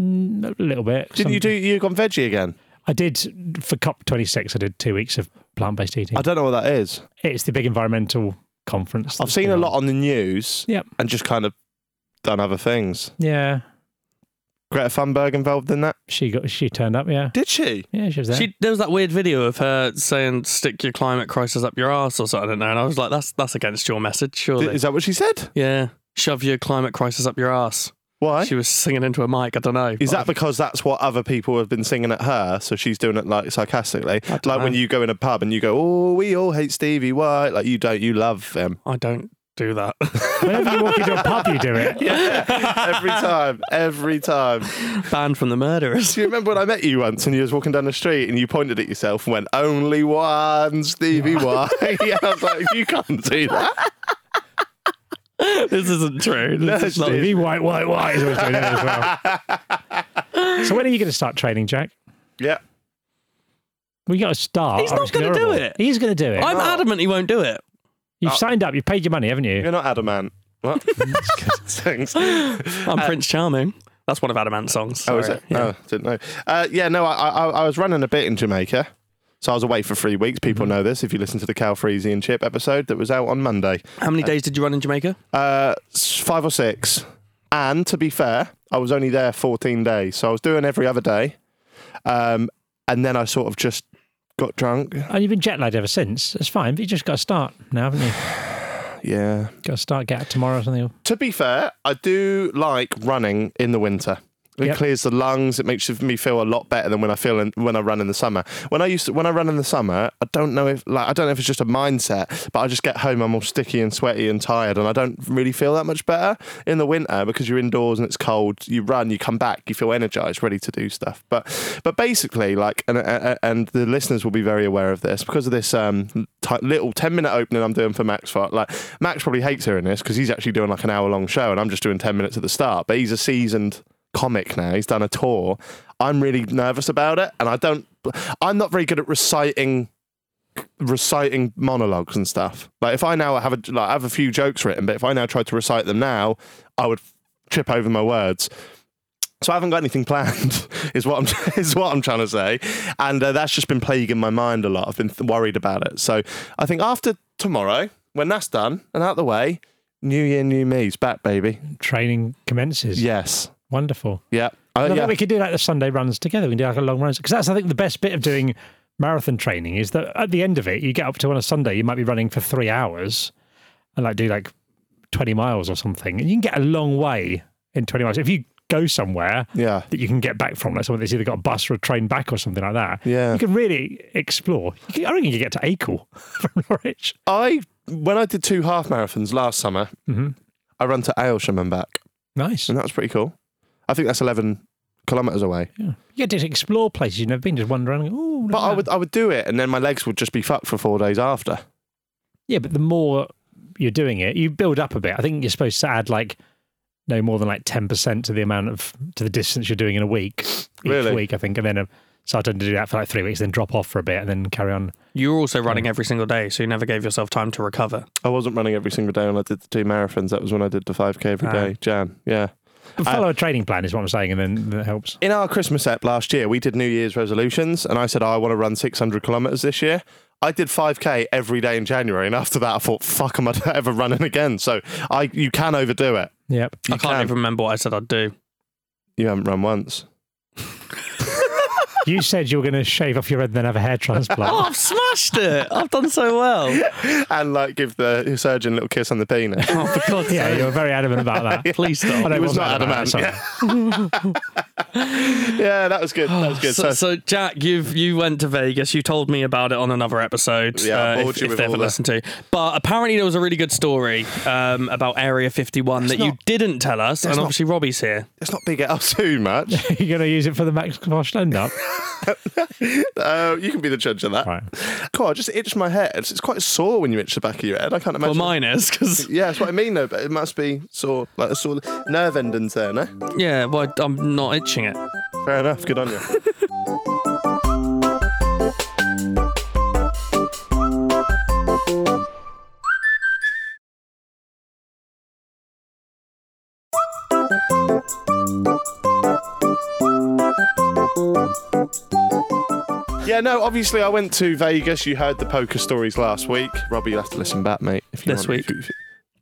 little bit Didn't you do? You gone veggie again? i did for cop 26 i did two weeks of plant-based eating I don't know what that is. it's the big environmental conference I've that's seen a going lot on the news yep and just kind of done other things. yeah Greta Thunberg involved in that? she got she turned up yeah Did she? yeah she was there She, there was that weird video of her saying "stick your climate crisis up your ass" or something, and I was like, "That's that's against your message, surely." Is that what she said? yeah, shove your climate crisis up your ass. Why? She was singing into a mic. I don't know. Is that because that's what other people have been singing at her? So she's doing it like sarcastically, like when know. you go in a pub and you go, "Oh, we all hate Stevie White." Like you don't, you love him I don't do that. Whenever you walk into a pub, you do it. every time, every time. Banned from the murderers. Do you remember when I met you once and you was walking down the street and you pointed at yourself and went, "Only one Stevie White." yeah, I was like, "You can't do that." this isn't true. This is not- Be white, white, white. is always doing that as well. so when are you going to start training, Jack? Yeah. We got to start. He's or not it's gonna be gonna do horrible. it. He's going to do it. I'm adamant he won't do it. You've signed up. You've paid your money, haven't you? You're not adamant. What? Thanks. I'm Prince Charming. That's one of Adamant's songs. Uh, Oh, is Sorry. it? Oh, didn't know. Uh, yeah, no, I, I, I was running a bit in Jamaica. So I was away for three weeks. People know this if you listen to the Cal Freezy and Chip episode that was out on Monday. How many days did you run in Jamaica? Uh, s- five or six. And to be fair, I was only there 14 days. So I was doing every other day. Um, and then I sort of just got drunk. And Oh, you've been jet lagged ever since. That's fine, but you just got to start now, haven't you? Yeah. Got to start. Get out tomorrow or something. To be fair, I do like running in the winter. It Yep. clears the lungs. It makes me feel a lot better than when I feel in, when I run in the summer. When I used to, when I run in the summer, I don't know if like I don't know if it's just a mindset, but I just get home, I'm all sticky and sweaty and tired, and I don't really feel that much better in the winter because you're indoors and it's cold. You run, you come back, you feel energized, ready to do stuff. But but basically, like and and, and the listeners will be very aware of this because of this um t- little ten minute opening I'm doing for Max Fart. Like Max probably hates hearing this because he's actually doing like an hour long show, and I'm just doing ten minutes at the start. But he's a seasoned comic now. He's done a tour. I'm really nervous about it, and I don't. I'm not very good at reciting reciting monologues and stuff. Like if I now have a like I have a few jokes written, but if I now tried to recite them now, I would trip over my words. So I haven't got anything planned, is what I'm is what I'm trying to say, and uh, that's just been plaguing my mind a lot. I've been th- worried about it. So I think after tomorrow, when that's done and out the way, new year, new me's back, baby. Training commences. Yes, Wonderful. yeah, Uh, And yeah. I think we could do like the Sunday runs together. We can do like a long runs because that's I think the best bit of doing marathon training is that at the end of it, you get up to on a Sunday, you might be running for three hours and like do like twenty miles or something, and you can get a long way in twenty miles if you go somewhere Yeah. that you can get back from. Like someone that's either got a bus or a train back or something like that. Yeah. you can really explore. You can, I reckon you could get to Acle from Norwich. I when I did two half marathons last summer, I run to Aylsham and back, Nice. and that was pretty cool. I think that's eleven kilometers away. Yeah. You get to explore places you've never been, just wander around. and go, Oh, look But at I that." would I would do it, and then my legs would just be fucked for four days after. Yeah, but the more you're doing it, you build up a bit. I think you're supposed to add like no more than like ten percent to the amount of to the distance you're doing in a week each Really? week. I think, and then a So I tend to do that for like three weeks, then drop off for a bit, and then carry on. You were also running every single day, so you never gave yourself time to recover. I wasn't running every single day when I did the two marathons. That was when I did the 5K every Ah. day. Jan, yeah. Uh, But I- follow a training plan is what I'm saying, and then that helps. In our Christmas app last year, we did New Year's resolutions, and I said, oh, I want to run 600 kilometres this year. I did 5K every day in January, and after that, I thought, fuck, am I ever running again? So I, you can overdo it. Yep. You I can't even remember what I said I'd do. You haven't run once. You said you were going to shave off your head and then have a hair Oh, transplant. I've smashed it! I've done so well. And like give the surgeon a little kiss on the penis. Oh, for God's yeah, sake. you were very adamant about that. Please stop. I know He it was wasn't not adamant. sorry. yeah, that was good. That was good. So, So, so Jack, you've you went to Vegas. You told me about it on another episode. Yeah, I uh, bored if, you if with they all ever the- listened to. But apparently there was a really good story um, about Area 51 that you didn't tell us, and not- obviously Robbie's here. let's not big it up too much. You're going to use it for the Max Kosh end up. Uh, you can be the judge of that. Right. God, I just itched my head. It's it's quite sore when you itch the back of your head. I can't Well, imagine. mine is because Yeah, that's what I mean though. But it must be sore, like a sore nerve endings there. No, yeah, well, I'm not itching it. fair enough. Good on you. Yeah, no, obviously I went to Vegas. You heard the poker stories last week. Robbie, you'll have to listen back, mate. If you want- This week. if you-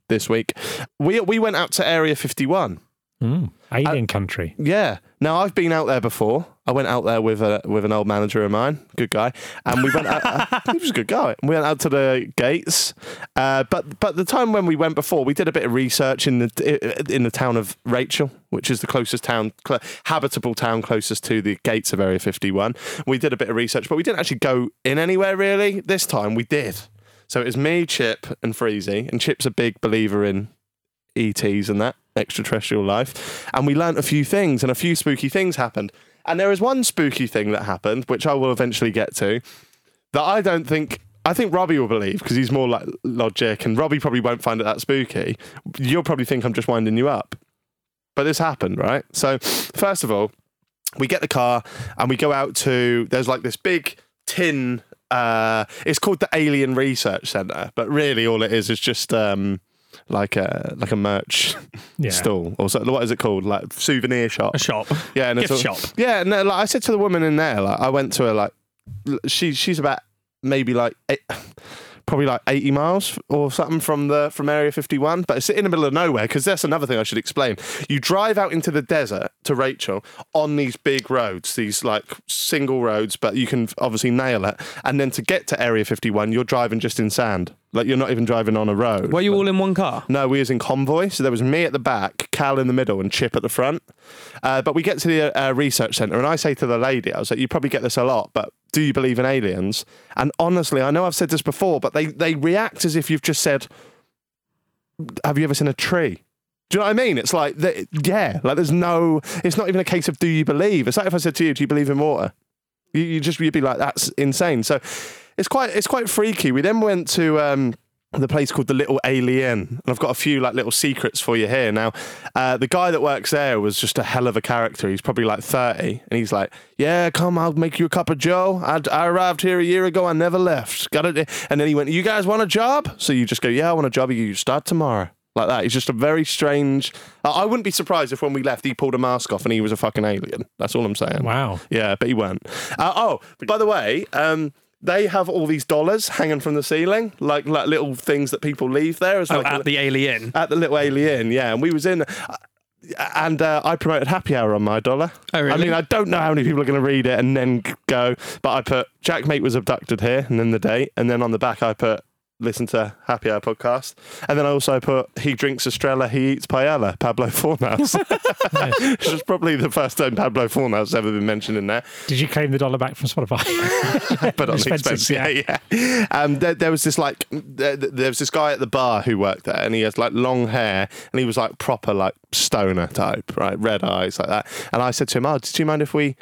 this week. We, we went out to Area 51. Mm. Alien country. Yeah. Now, I've been out there before. I went out there with a, with an old manager of mine, good guy, and we went. Out, uh, he was a good guy. We went out to the gates, uh, but but the time when we went before, we did a bit of research in the in the town of Rachel, which is the closest town, cl- habitable town closest to the gates of Area 51. We did a bit of research, but we didn't actually go in anywhere really. This time we did. So it was me, Chip, and Freezy, and Chip's a big believer in ETs E and that extraterrestrial life. And we learnt a few things, and a few spooky things happened. And there is one spooky thing that happened, which I will eventually get to, that I don't think. I think Robbie will believe because he's more like logic, and Robbie probably won't find it that spooky. You'll probably think I'm just winding you up. But this happened, right? So, first of all, we get the car and we go out to there's like this big tin uh it's called the alien research center but really all it is is just um like a like a merch Yeah. stall or so, what is it called like souvenir shop A shop. yeah and Gift it's all- shop. yeah and uh, like i said to the woman in there like i went to her like l- she she's about maybe like eight, probably like 80 miles or something from the from area 51 but it's in the middle of nowhere because that's another thing i should explain you drive out into the desert to rachel on these big roads these like single roads but you can obviously nail it and then to get to area 51 you're driving just in sand like you're not even driving on a road Were you all in one car? no, we was in convoy, so there was me at the back, Cal in the middle, and Chip at the front. Uh, but we get to the uh, uh, research centre, and I say to the lady, I was like, "You probably get this a lot, but do you believe in aliens?" And honestly, I know I've said this before, but they they react as if you've just said, "Have you ever seen a tree?" Do you know what I mean? It's like, th- yeah, like there's no, it's not even a case of do you believe. It's like if I said to you, "Do you believe in water?" You, you just you'd be like, "That's insane." So it's quite it's quite freaky. We then went to. Um, the place called the Little Alien, and I've got a few like little secrets for you here. Now, uh, the guy that works there was just a hell of a character. He's probably like thirty, and he's like, "Yeah, come, I'll make you a cup of Joe. I, I arrived here a year ago. I never left. Got it." And then he went, "You guys want a job?" So you just go, "Yeah, I want a job. You start tomorrow." Like that. He's just a very strange. I I wouldn't be surprised if when we left, he pulled a mask off and he was a fucking alien. That's all I'm saying. Wow. Yeah, but he won't. Uh, oh, by the way, um, they have all these dollars hanging from the ceiling, like like little things that people leave there. As Oh, like a at li- the Alien. at the little alien, yeah. And we was in. Uh, and uh, I promoted happy hour on my dollar. Oh, really? I mean, I don't know how many people are going to read it and then g- go, but I put Jack Mate was abducted here, and then the date, and then on the back I put listen to happy hour podcast, and then I also put he drinks Estrella, he eats paella, Pablo Fornas, which is probably the first time Pablo Fornas has ever been mentioned in there Did you claim the dollar back from Spotify? but on expenses, Expenses, yeah, yeah. Um, there, there was this like, there, there was this guy at the bar who worked there, and he has like long hair, and he was like proper like stoner type, right, red eyes like that. And I said to him, "Oh, do you mind if we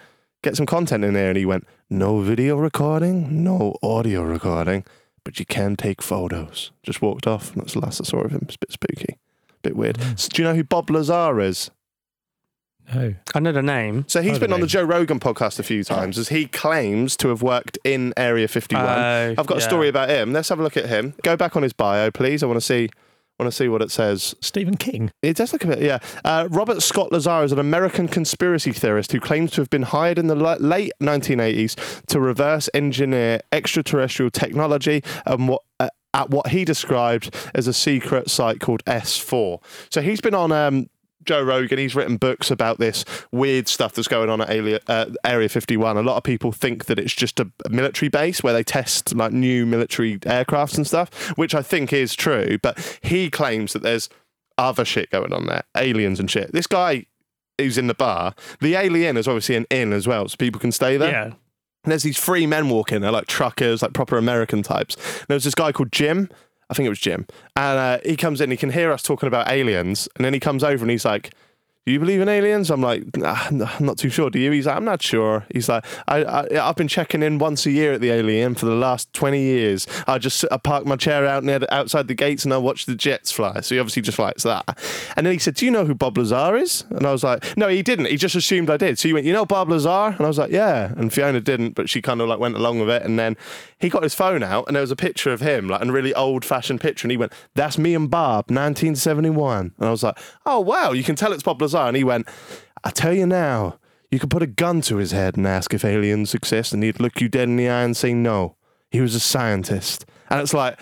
get some content in there?" And he went, "No video recording, no audio recording, but you can take photos." Just walked off, and that's Mm. the last I saw of him. It's a bit spooky, bit weird. So, do you know who Bob Lazar is? No. I know the name. So he's I don't been on know. the Joe Rogan podcast a few times, as he claims to have worked in Area 51. Oh, I've got a yeah. story about him. Let's have a look at him. Go back on his bio, please. I want to see. Want to see what it says? Stephen King. It does look a bit, yeah. Uh, Robert Scott Lazar is an American conspiracy theorist who claims to have been hired in the li- late 1980s to reverse engineer extraterrestrial technology and what. Uh, at what he described as a secret site called S4. So he's been on um, Joe Rogan. He's written books about this weird stuff that's going on at Ali- uh, Area 51. A lot of people think that it's just a military base where they test like new military aircrafts and stuff, which I think is true. But he claims that there's other shit going on there, aliens and shit. This guy who's in the bar, the alien is obviously an inn as well, so people can stay there. Yeah. And there's these three men walking. They're like truckers, like proper American types. And there was this guy called Jim. I think it was Jim. And uh, he comes in, he can hear us talking about aliens. And then he comes over and he's like, do you believe in aliens? I'm like, "Nah, n- I'm not too sure. Do you? He's like, I'm not sure. He's like, I, I, I've been checking in once a year at the Alien for the last 20 years. I just sit- I park my chair out near the, outside the gates and I watch the jets fly. So he obviously just likes that. And then he said, Do you know who Bob Lazar is? And I was like, No, he didn't. He just assumed I did. So he went, You know Bob Lazar? And I was like, Yeah. And Fiona didn't, but she kind of like went along with it. And then he got his phone out and there was a picture of him, like a really old fashioned picture. And he went, That's me and Bob, 1971. And I was like, Oh, wow, you can tell it's Bob Lazar. And he went, I tell you now, you could put a gun to his head and ask if aliens exist, and he'd look you dead in the eye and say no. He was a scientist. And it's like,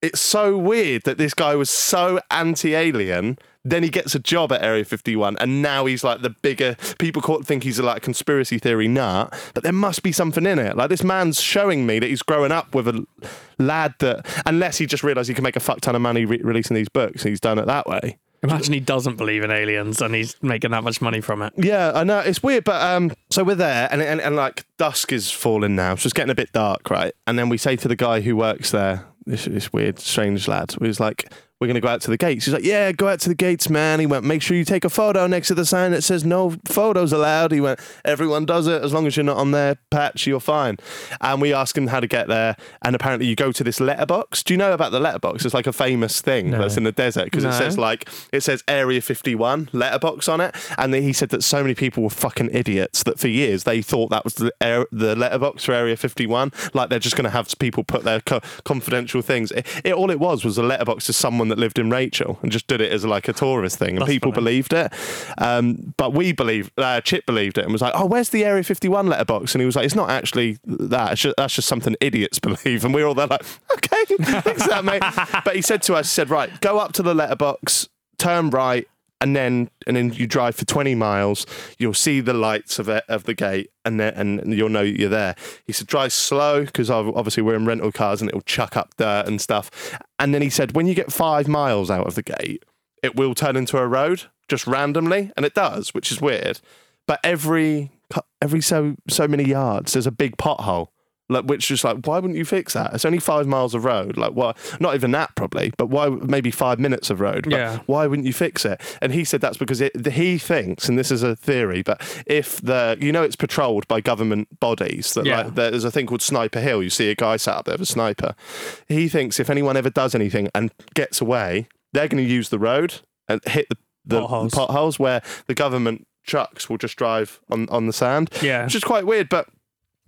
it's so weird that this guy was so anti-alien. Then he gets a job at Area 51, and now he's like the bigger people call, think he's a, like conspiracy theory nut. But there must be something in it. Like this man's showing me that he's growing up with a l- lad that, unless he just realised he can make a fuck ton of money re- releasing these books, and he's done it that way. Imagine he doesn't believe in aliens and he's making that much money from it. Yeah, I know it's weird, but um, so we're there, and, and and like dusk is falling now, so it's getting a bit dark, right? And then we say to the guy who works there, this, this weird, strange lad, who's like, "We're gonna go out to the gates." He's like, "Yeah, go out to the gates, man." He went, "Make sure you take a photo next to the sign that says no photos allowed." He went, "Everyone does it as long as you're not on their patch, you're fine." And we ask him how to get there, and apparently you go to this letterbox. Do you know about the letterbox? It's like a famous thing that's in the desert because it No. says like it says Area 51 letterbox on it, and then he said that so many people were fucking idiots that for years they thought that was the, air, the letterbox for Area 51. Like they're just going to have people put their co- confidential things. It, it- all it was was a letterbox to someone that lived in Rachel and just did it as like a tourist thing, and That's people funny. believed it. Um, but we believe uh, Chip believed it and was like, "Oh, where's the Area 51 letterbox?" And he was like, "It's not actually that. It's just, that's just something idiots believe." And we are all there like, "Okay, thanks for that, mate." but he said to us, "He said, right, go up to the letterbox, turn right." And then, and then you drive for 20 miles. You'll see the lights of it, of the gate, and then, and you'll know you're there. He said, drive slow because obviously we're in rental cars, and it'll chuck up dirt and stuff. And then he said, when you get five miles out of the gate, it will turn into a road just randomly, and it does, which is weird. But every cu- every so so many yards, there's a big pothole, like which is like, why wouldn't you fix that? It's only five miles of road, like why? Not even that probably, but why? Maybe five minutes of road. But Yeah. Why wouldn't you fix it? And he said that's because it, he thinks, and this is a theory, but if the you know it's patrolled by government bodies that Yeah. like there's a thing called Sniper Hill. You see a guy sat up there with a sniper. He thinks if anyone ever does anything and gets away, they're going to use the road and hit the, the Potholes. potholes. where the government trucks will just drive on, on the sand. Yeah. Which is quite weird. But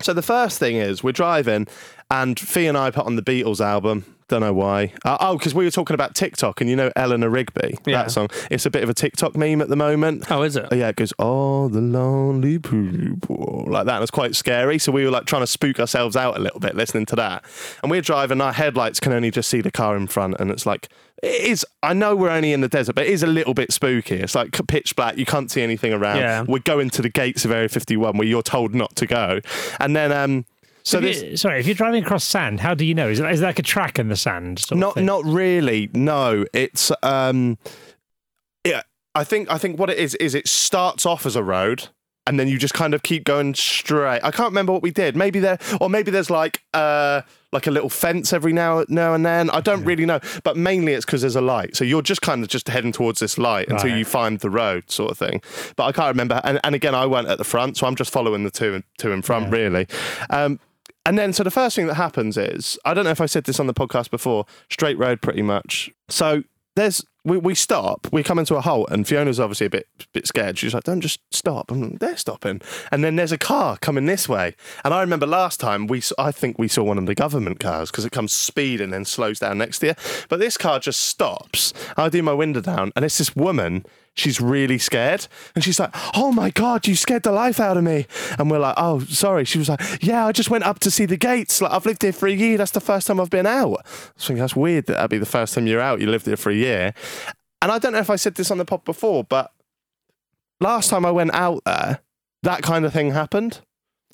so the first thing is we're driving and Fee and I put on the Beatles album. Don't know why. Uh, oh, because we were talking about TikTok and you know Eleanor Rigby, Yeah. that song. It's a bit of a TikTok meme at the moment. Oh, is it? Oh, yeah, it goes all the lonely people like that. And it's quite scary. So we were like trying to spook ourselves out a little bit listening to that. And we're driving, our headlights can only just see the car in front, and it's like it is. I know we're only in the desert, but it is a little bit spooky. It's like pitch black. You can't see anything around. Yeah. We're going to the gates of Area 51 where you're told not to go, and then um. So If this, you- sorry, if you're driving across sand, how do you know? Is it, is it like a track in the sand? Sort not of thing? not really no it's um yeah i think i think what it is is it starts off as a road and then you just kind of keep going straight i can't remember what we did maybe there or maybe there's like uh like a little fence every now now and then i don't really know but mainly it's because there's a light so you're just kind of just heading towards this light until Right. you find the road sort of thing but i can't remember and, and again i weren't at the front so i'm just following the two and two in front really um and then, so the first thing that happens is I don't know if I said this on the podcast before, straight road pretty much. So there's we, we stop, we come into a halt, and Fiona's obviously a bit bit scared. She's like, "Don't just stop." And they're stopping, and then there's a car coming this way. And I remember last time we, s- I think we saw one of the government cars because it comes speed and then slows down next to you. But this car just stops. I do my window down, and it's this woman. She's really scared, and she's like, "Oh my god, you scared the life out of me!" And we're like, "Oh, sorry." She was like, "Yeah, I just went up to see the gates. Like, I've lived here for a year. That's the first time I've been out." I was thinking that's weird that that'd be the first time you're out. You lived here for a year, and I don't know if I said this on the pod before, but last time I went out there, that kind of thing happened.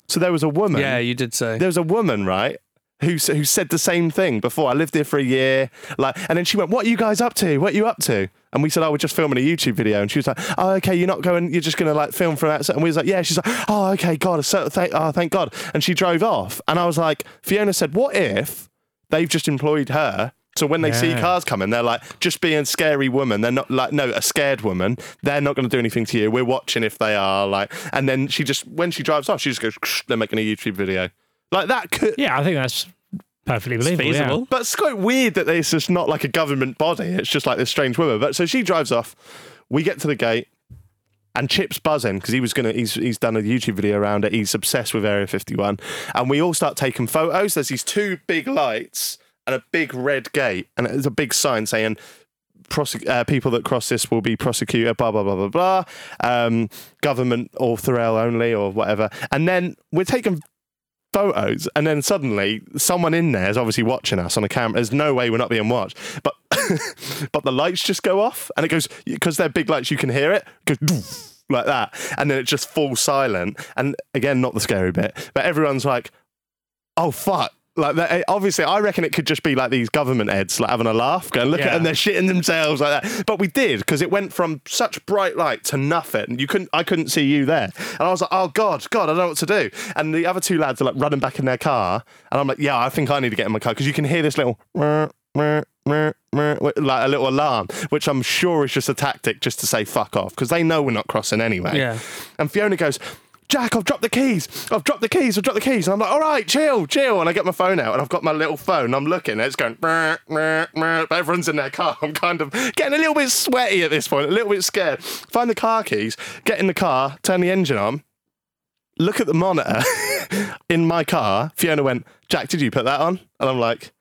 So there was a woman. Yeah, you did say. There was a woman, right? Who, s- who said the same thing before? I lived here for a year, like, and then she went, "What are you guys up to? What are you up to?" And we said, "Oh, we're just filming a YouTube video." And she was like, "Oh, okay, you're not going. You're just gonna like film from outside." And we was like, "Yeah." She's like, "Oh, okay, God, so thank, oh, thank God." And she drove off. And I was like, Fiona said, "What if they've just employed her?" So when they see Yeah. cars coming, they're like, just being scary woman. They're not like, no, a scared woman. They're not going to do anything to you. We're watching if they are like. And then she just, when she drives off, she just goes, they're making a YouTube video. Like that could, Yeah, I think that's perfectly believable. yeah. feasible. but it's quite weird that it's just not like a government body. It's just like this strange woman. But so she drives off. We get to the gate, and Chip's buzzing because he was gonna. He's he's done a YouTube video around it. He's obsessed with Area 51, and we all start taking photos. There's these two big lights and a big red gate, and there's a big sign saying. Prosec- uh, people that cross this will be prosecuted, blah, blah, blah, blah, blah. Um, government or Thorell only or whatever. And then we're taking photos, and then suddenly someone in there is obviously watching us on a camera. There's no way we're not being watched, but but the lights just go off, and it goes because they're big lights. You can hear it, it goes. doof, Like that, and then it just falls silent. And again, not the scary bit, but everyone's like, "Oh fuck!" Like, that, eh, obviously, I reckon it could just be like these government heads like having a laugh, going, "Look at Yeah. them, they're shitting themselves like that." But we did because it went from such bright light to nothing. You couldn't, I couldn't see you there, and I was like, "Oh God, God, I don't know what to do." And the other two lads are like running back in their car, and I'm like, "Yeah, I think I need to get in my car because you can hear this little." "Meow, meow, meow, meow," Like a little alarm, which I'm sure is just a tactic just to say fuck off because they know we're not crossing anyway. Yeah. And Fiona goes, Jack, I've dropped the keys. I've dropped the keys. I've dropped the keys. And I'm like, all right, chill, chill. And I get my phone out and I've got my little phone. and I'm looking and it's going, "Brr, brr, brr." But everyone's in their car. I'm kind of getting a little bit sweaty at this point, a little bit scared. Find the car keys, get in the car, turn the engine on, look at the monitor in my car. Fiona went, Jack, did you put that on? And I'm like,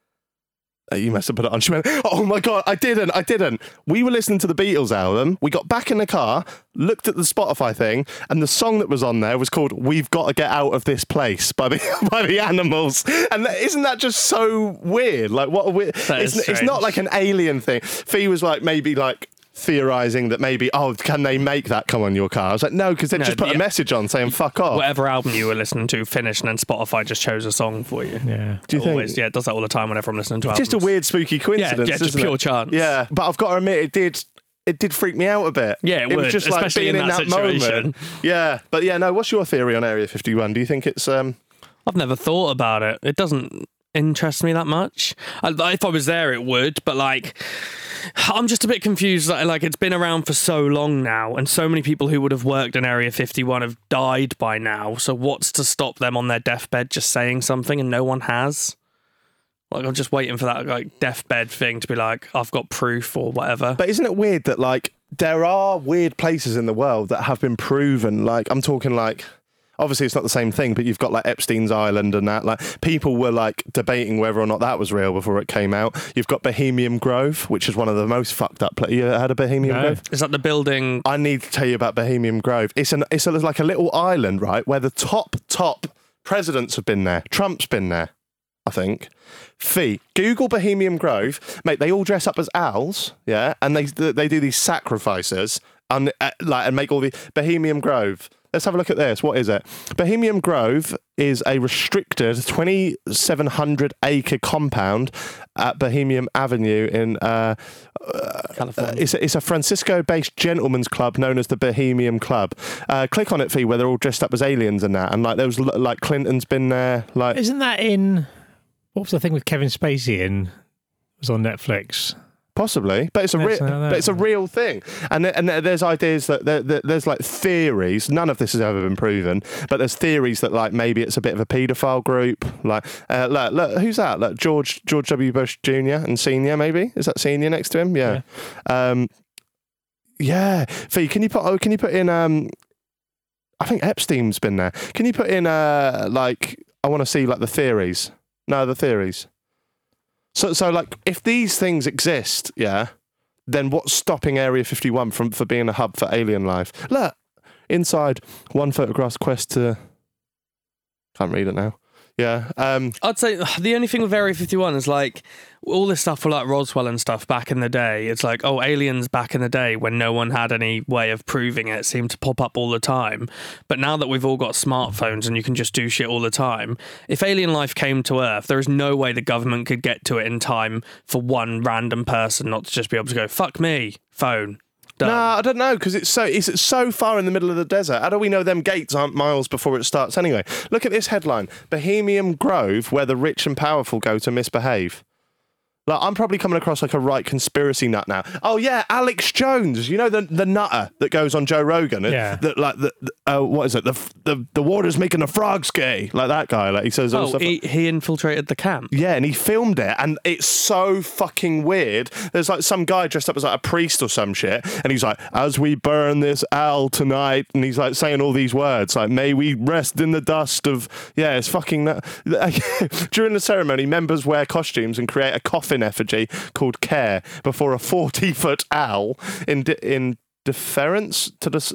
"Oh, you must have put it on. She went, Oh my God, I didn't. I didn't. We were listening to the Beatles album. We got back in the car, looked at the Spotify thing, and the song that was on there was called We've Got to Get Out of This Place by the, by the Animals. And that, isn't that just so weird? Like, what a weird. That is It's, it's not like strange. an alien thing. Fee was like, maybe like. Theorizing that maybe, oh, can they make that come on your car? I was like, no, because they No, just put the- a message on saying fuck off. Whatever album you were listening to finished, and then Spotify just chose a song for you. Yeah. Do you think- Always, yeah, it does that all the time whenever I'm listening to just a albums. weird, spooky coincidence. yeah, just isn't pure it? chance. Yeah, but I've got to admit, it did. It did freak me out a bit. Yeah, it was would, just like especially being in in that, that moment. situation. Yeah, but yeah, no. What's your theory on Area Fifty One? Do you think it's um? I've never thought about it. It doesn't interest me that much. I, if I was there, it would, but like, I'm just a bit confused. Like, like, it's been around for so long now, and so many people who would have worked in Area 51 have died by now. So, what's to stop them on their deathbed just saying something and no one has? Like, I'm just waiting for that like deathbed thing to be like, I've got proof or whatever. But isn't it weird that like there are weird places in the world that have been proven? Like I'm talking like. Obviously, it's not the same thing, but you've got like Epstein's Island and that. Like, people were like debating whether or not that was real before it came out. You've got Bohemian Grove, which is one of the most fucked up. Pla- you had a Bohemian No. Grove? Is that the building? I need to tell you about Bohemian Grove. It's an it's a, like a little island, right, where the top top presidents have been there. Trump's been there, I think. Fee, Google Bohemian Grove, mate. They all dress up as owls, yeah, and they they do these sacrifices and uh, like and make all the Bohemian Grove. Let's have a look at this. What is it? Bohemian Grove is a restricted 2,700 acre compound at Bohemian Avenue in uh, uh, it's a, it's a Francisco-based gentleman's club known as the Bohemian Club. Uh, click on it, Fee, where they're all dressed up as aliens and that, and like there was l- like Clinton's been there, like Isn't that in what was the thing with Kevin Spacey in? It was on Netflix. Possibly, but it's a real, something like that, but it's a yeah. real thing, and th- and th- there's ideas that there, there- there's like theories. None of this has ever been proven, but there's theories that like maybe it's a bit of a paedophile group. Like, uh, look, look, who's that? Like George George W. Bush Jr. and Senior, maybe is that Senior next to him? Yeah, um, yeah. Fee, can you put? Oh, can you put in? Um, I think Epstein's been there. Can you put in? Uh, like, I want to see like the theories. No, the theories. So, so like, if these things exist, yeah, then what's stopping Area 51 from for being a hub for alien life? Look, inside one photograph's quest to. Can't read it now. Yeah. Um, I'd say ugh, the only thing with Area 51 is like all this stuff for like Roswell and stuff back in the day. It's like, oh, aliens back in the day when no one had any way of proving it seemed to pop up all the time. But now that we've all got smartphones and you can just do shit all the time, if alien life came to Earth, there is no way the government could get to it in time for one random person not to just be able to go, fuck me, phone. Done. no, I don't know because it's so it's so far in the middle of the desert. How do we know them gates aren't miles before it starts anyway? Look at this headline: Bohemian Grove, where the rich and powerful go to misbehave. Like I'm probably coming across like a right conspiracy nut now. Oh yeah, Alex Jones, you know the the nutter that goes on Joe Rogan. and Yeah. That like the, the- uh, what is it? The, f- the the water's making the frogs gay. Like that guy. Like he says all Oh, stuff. he, he infiltrated the camp. yeah, and he filmed it, and it's so fucking weird. There's like some guy dressed up as like a priest or some shit, and he's like, "As we burn this owl tonight," and he's like saying all these words, like, "May we rest in the dust of." Yeah, it's fucking. That. During the ceremony, members wear costumes and create a coffin effigy called Care before a forty-foot owl in de- in deference to the. s-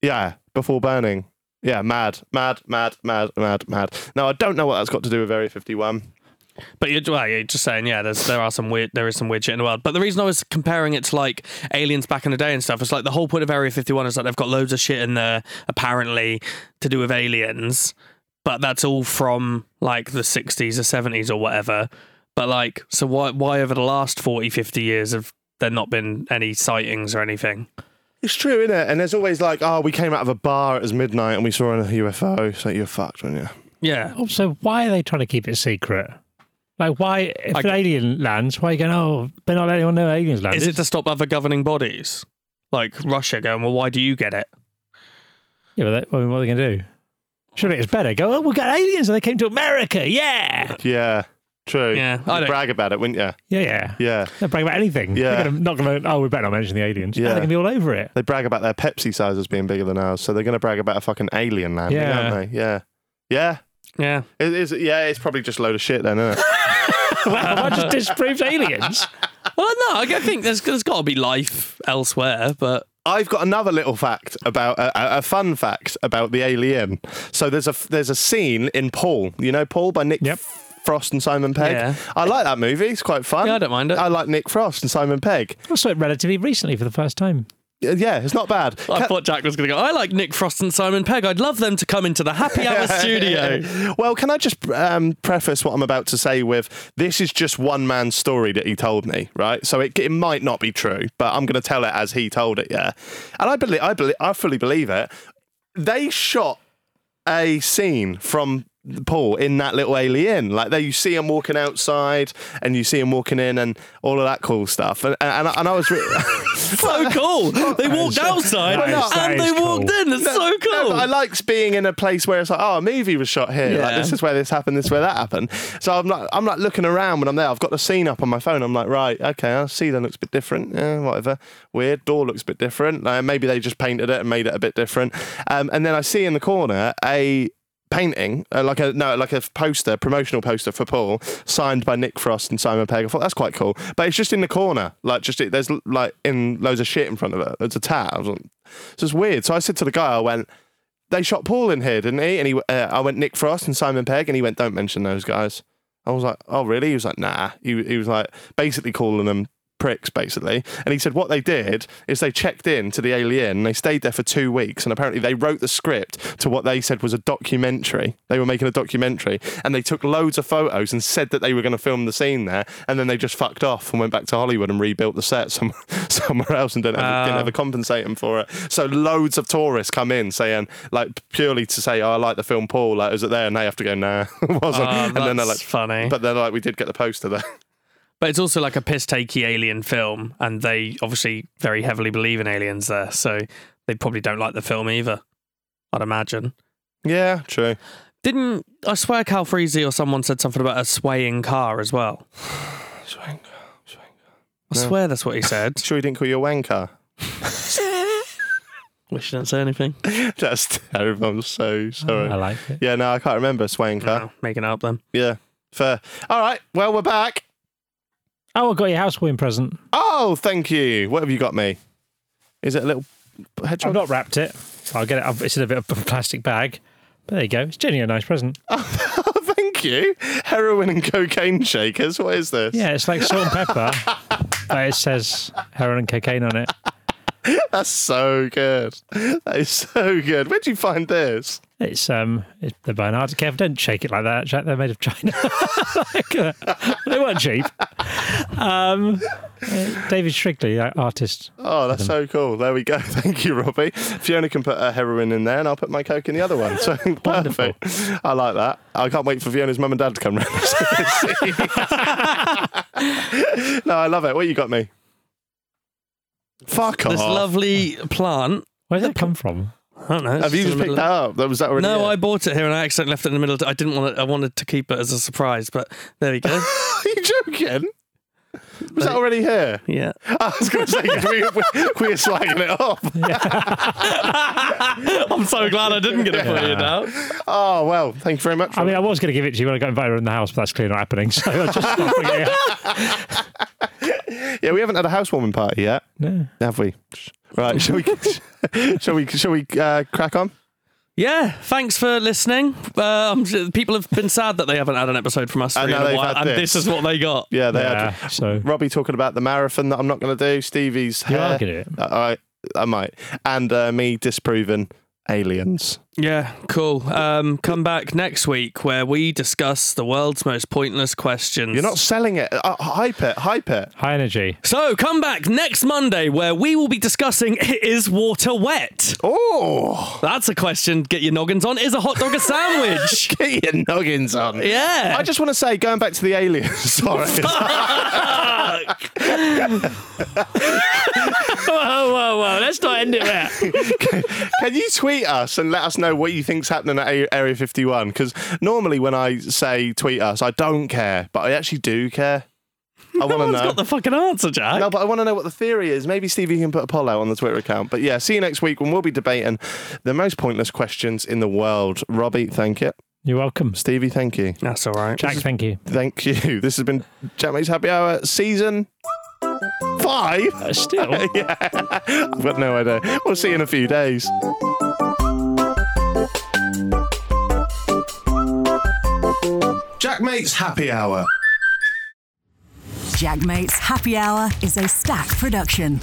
Yeah, before burning. Yeah, mad, mad, mad, mad, mad, mad. Now I don't know what that's got to do with Area 51. But you're, well, you're just saying, yeah, there's, there are some weird, there is some weird shit in the world. But the reason I was comparing it to like aliens back in the day and stuff is like the whole point of Area 51 is that they've got loads of shit in there apparently to do with aliens, but that's all from like the 60s or 70s or whatever. But like, so why, why over the last 40, 50 years have there not been any sightings or anything? It's true, isn't it? And there's always like, oh, we came out of a bar, it was midnight, and we saw a UFO. So you're fucked, aren't you? Yeah. Also, why are they trying to keep it secret? Like, why if Like- an alien lands, why are you going? Oh, they're not letting anyone know aliens landed. Is it to stop other governing bodies? Like Russia going, well, why do you get it? Yeah, but that, I mean, what are they going to do? Surely it's better. Go. Oh, we got aliens, and they came to America. Yeah, Yeah, true. Yeah, I You'd don't- brag about it, wouldn't you? yeah, yeah. Yeah. They'll brag about anything. Yeah. They're gonna, not going to. Oh, we better not mention the aliens. Yeah, Yeah. they're going to be all over it. They brag about their Pepsi sizes being bigger than ours, so they're going to brag about a fucking alien landing, Yeah. aren't they? Yeah. Yeah. Yeah. It is. Yeah, it's probably just a load of shit then, isn't it? wow, I just disproved aliens. Well, no, I think there's, there's got to be life elsewhere, but. I've got another little fact about a, a- a fun fact about the alien. So there's a there's a scene in Paul. You know Paul by Nick Yep. Frost and Simon Pegg. Yeah. I like that movie. It's quite fun. Yeah, I don't mind it. I like Nick Frost and Simon Pegg. I saw it relatively recently for the first time. Y- Uh, Yeah, it's not bad. I Ca- thought Jack was going to go. I like Nick Frost and Simon Pegg. I'd love them to come into the Happy Hour studio. well, can I just um, preface what I'm about to say with this is just one man's story that he told me, right? So it, it might not be true, but I'm going to tell it as he told it, yeah. And I believe, I believe, I fully believe it. They shot a scene from Paul in that little alien. Like there, you see him walking outside, and you see him walking in, and all of that cool stuff. And and, and I was. Re- So cool. They walked outside that is- that and is they cool. walked in. That's so No, cool. but I likes being in a place where it's like, oh, a movie was shot here. Like Yeah. this is where this happened, this is where that happened. So I'm like, I'm like looking around when I'm there. I've got the scene up on my phone. I'm like, right, okay, I see. That looks a bit different. Yeah, whatever. Weird. Door looks a bit different. Like, maybe they just painted it and made it a bit different. Um, and then I see in the corner a painting, uh, like a no, like a poster, promotional poster for Paul, signed by Nick Frost and Simon Pegg. I thought that's quite cool, but it's just in the corner, like just it, there's like in loads of shit in front of it. There's a tat. I was like, so it's weird. So I said to the guy, I went, "They shot Paul in here, didn't he?" And he, uh, I went Nick Frost and Simon Pegg, and he went, "Don't mention those guys." I was like, "Oh, really?" He was like, "Nah." He, he was like basically calling them pricks, basically. And he said what they did is they checked in to the alien. And they stayed there for two weeks, and apparently they wrote the script to what they said was a documentary. They were making a documentary, and they took loads of photos and said that they were going to film the scene there, and then they just fucked off and went back to Hollywood and rebuilt the set some, somewhere else and didn't ever, didn't ever compensate them for it. So loads of tourists come in saying like purely to say, "Oh, I like the film Paul. Like, is it there?" And they have to go, "Nah, it wasn't." Oh, and then they're that's like, funny. But they're like, "We did get the poster there." But it's also like a piss takey alien film, and they obviously very heavily believe in aliens there, so they probably don't like the film either. I'd imagine. Yeah, true. Didn't I swear Cal Freezy or someone said something about a swaying car as well? I swear that's what he said. Sure, you didn't call you a wanker. Wish he didn't say anything. That's terrible. I'm so sorry. I like it. yeah, no, I can't remember swanker. No, making it up then. Yeah, fair. All right. Well, we're back. Oh, I got your housewarming present. Oh, thank you. What have you got me? Is it a little I've hedgehog? not wrapped it. I'll get it. I've- It's in a bit of a plastic bag. But there you go. It's genuinely a nice present. thank you. Heroin and cocaine shakers. What is this? Yeah, it's like salt and pepper, but it says heroin and cocaine on it. That's so good. That is so good. Where'd you find this? It's um, it, they're by an art care. Don't shake it like that, Jack. They're made of china. Like, uh, they weren't cheap. Um, uh, David Shrigley, uh, artist. Oh, that's so cool. There we go. Thank you, Robbie. Fiona can put her heroin in there, and I'll put my coke in the other one. So perfect. I like that. I can't wait for Fiona's mum and dad to come round. no, I love it. What you got me? Fuck off. This lovely plant. Where did that come from? I don't know. it's Have you in just the picked middle that of- up? That was that already? No, here? I bought it here and I accidentally left it in the middle. Of I didn't want it. I wanted to keep it as a surprise, but there we go. Are you joking? Was that already here? yeah. I was going to say 'cause we, we, we're slagging it off. I'm so glad I didn't get it for you now. Oh well, thank you very much. I mean, I was going to give it to you when I got invited in the house, but that's clearly not happening. So I just not bringing it up. yeah, we haven't had a housewarming party yet, No. have we? Right, shall we? shall we? Shall we uh, crack on? Yeah, thanks for listening. Um, people have been sad that they haven't had an episode from us And three in now a they've while, had and this. this. is what they got. Yeah, they Yeah, had so- Robbie talking about the marathon that I'm not going to do. Stevie's You hair. are gonna do it. I, I might, and uh, me disproving aliens. Yeah, cool. Um, come back next week where we discuss the world's most pointless questions. You're not selling it. Uh, hype it. Hype it. High energy. So come back next Monday where we will be discussing is water wet? Oh, That's a question. Get your noggins on. Is a hot dog a sandwich? get your noggins on. yeah. I just want to say, going back to the aliens. Sorry. Whoa, oh, whoa, whoa. Let's not end it there. Can you tweet us and let us know what you think's happening at A- Area 51? Because normally when I say tweet us, I don't care, but I actually do care. I want to Someone's know. got the fucking answer, Jack. no, but I want to know what the theory is. Maybe Stevie can put a poll out on the Twitter account. But yeah, see you next week when we'll be debating the most pointless questions in the world. Robbie, thank you. You're welcome. Stevie, thank you. That's all right. Jack, thank you. Thank you. This has been Jackmate's Happy Hour season five. Uh, still. yeah, I've got no idea. We'll see you in a few days. Jackmate's Happy Hour. Jackmates Happy Hour is a stack production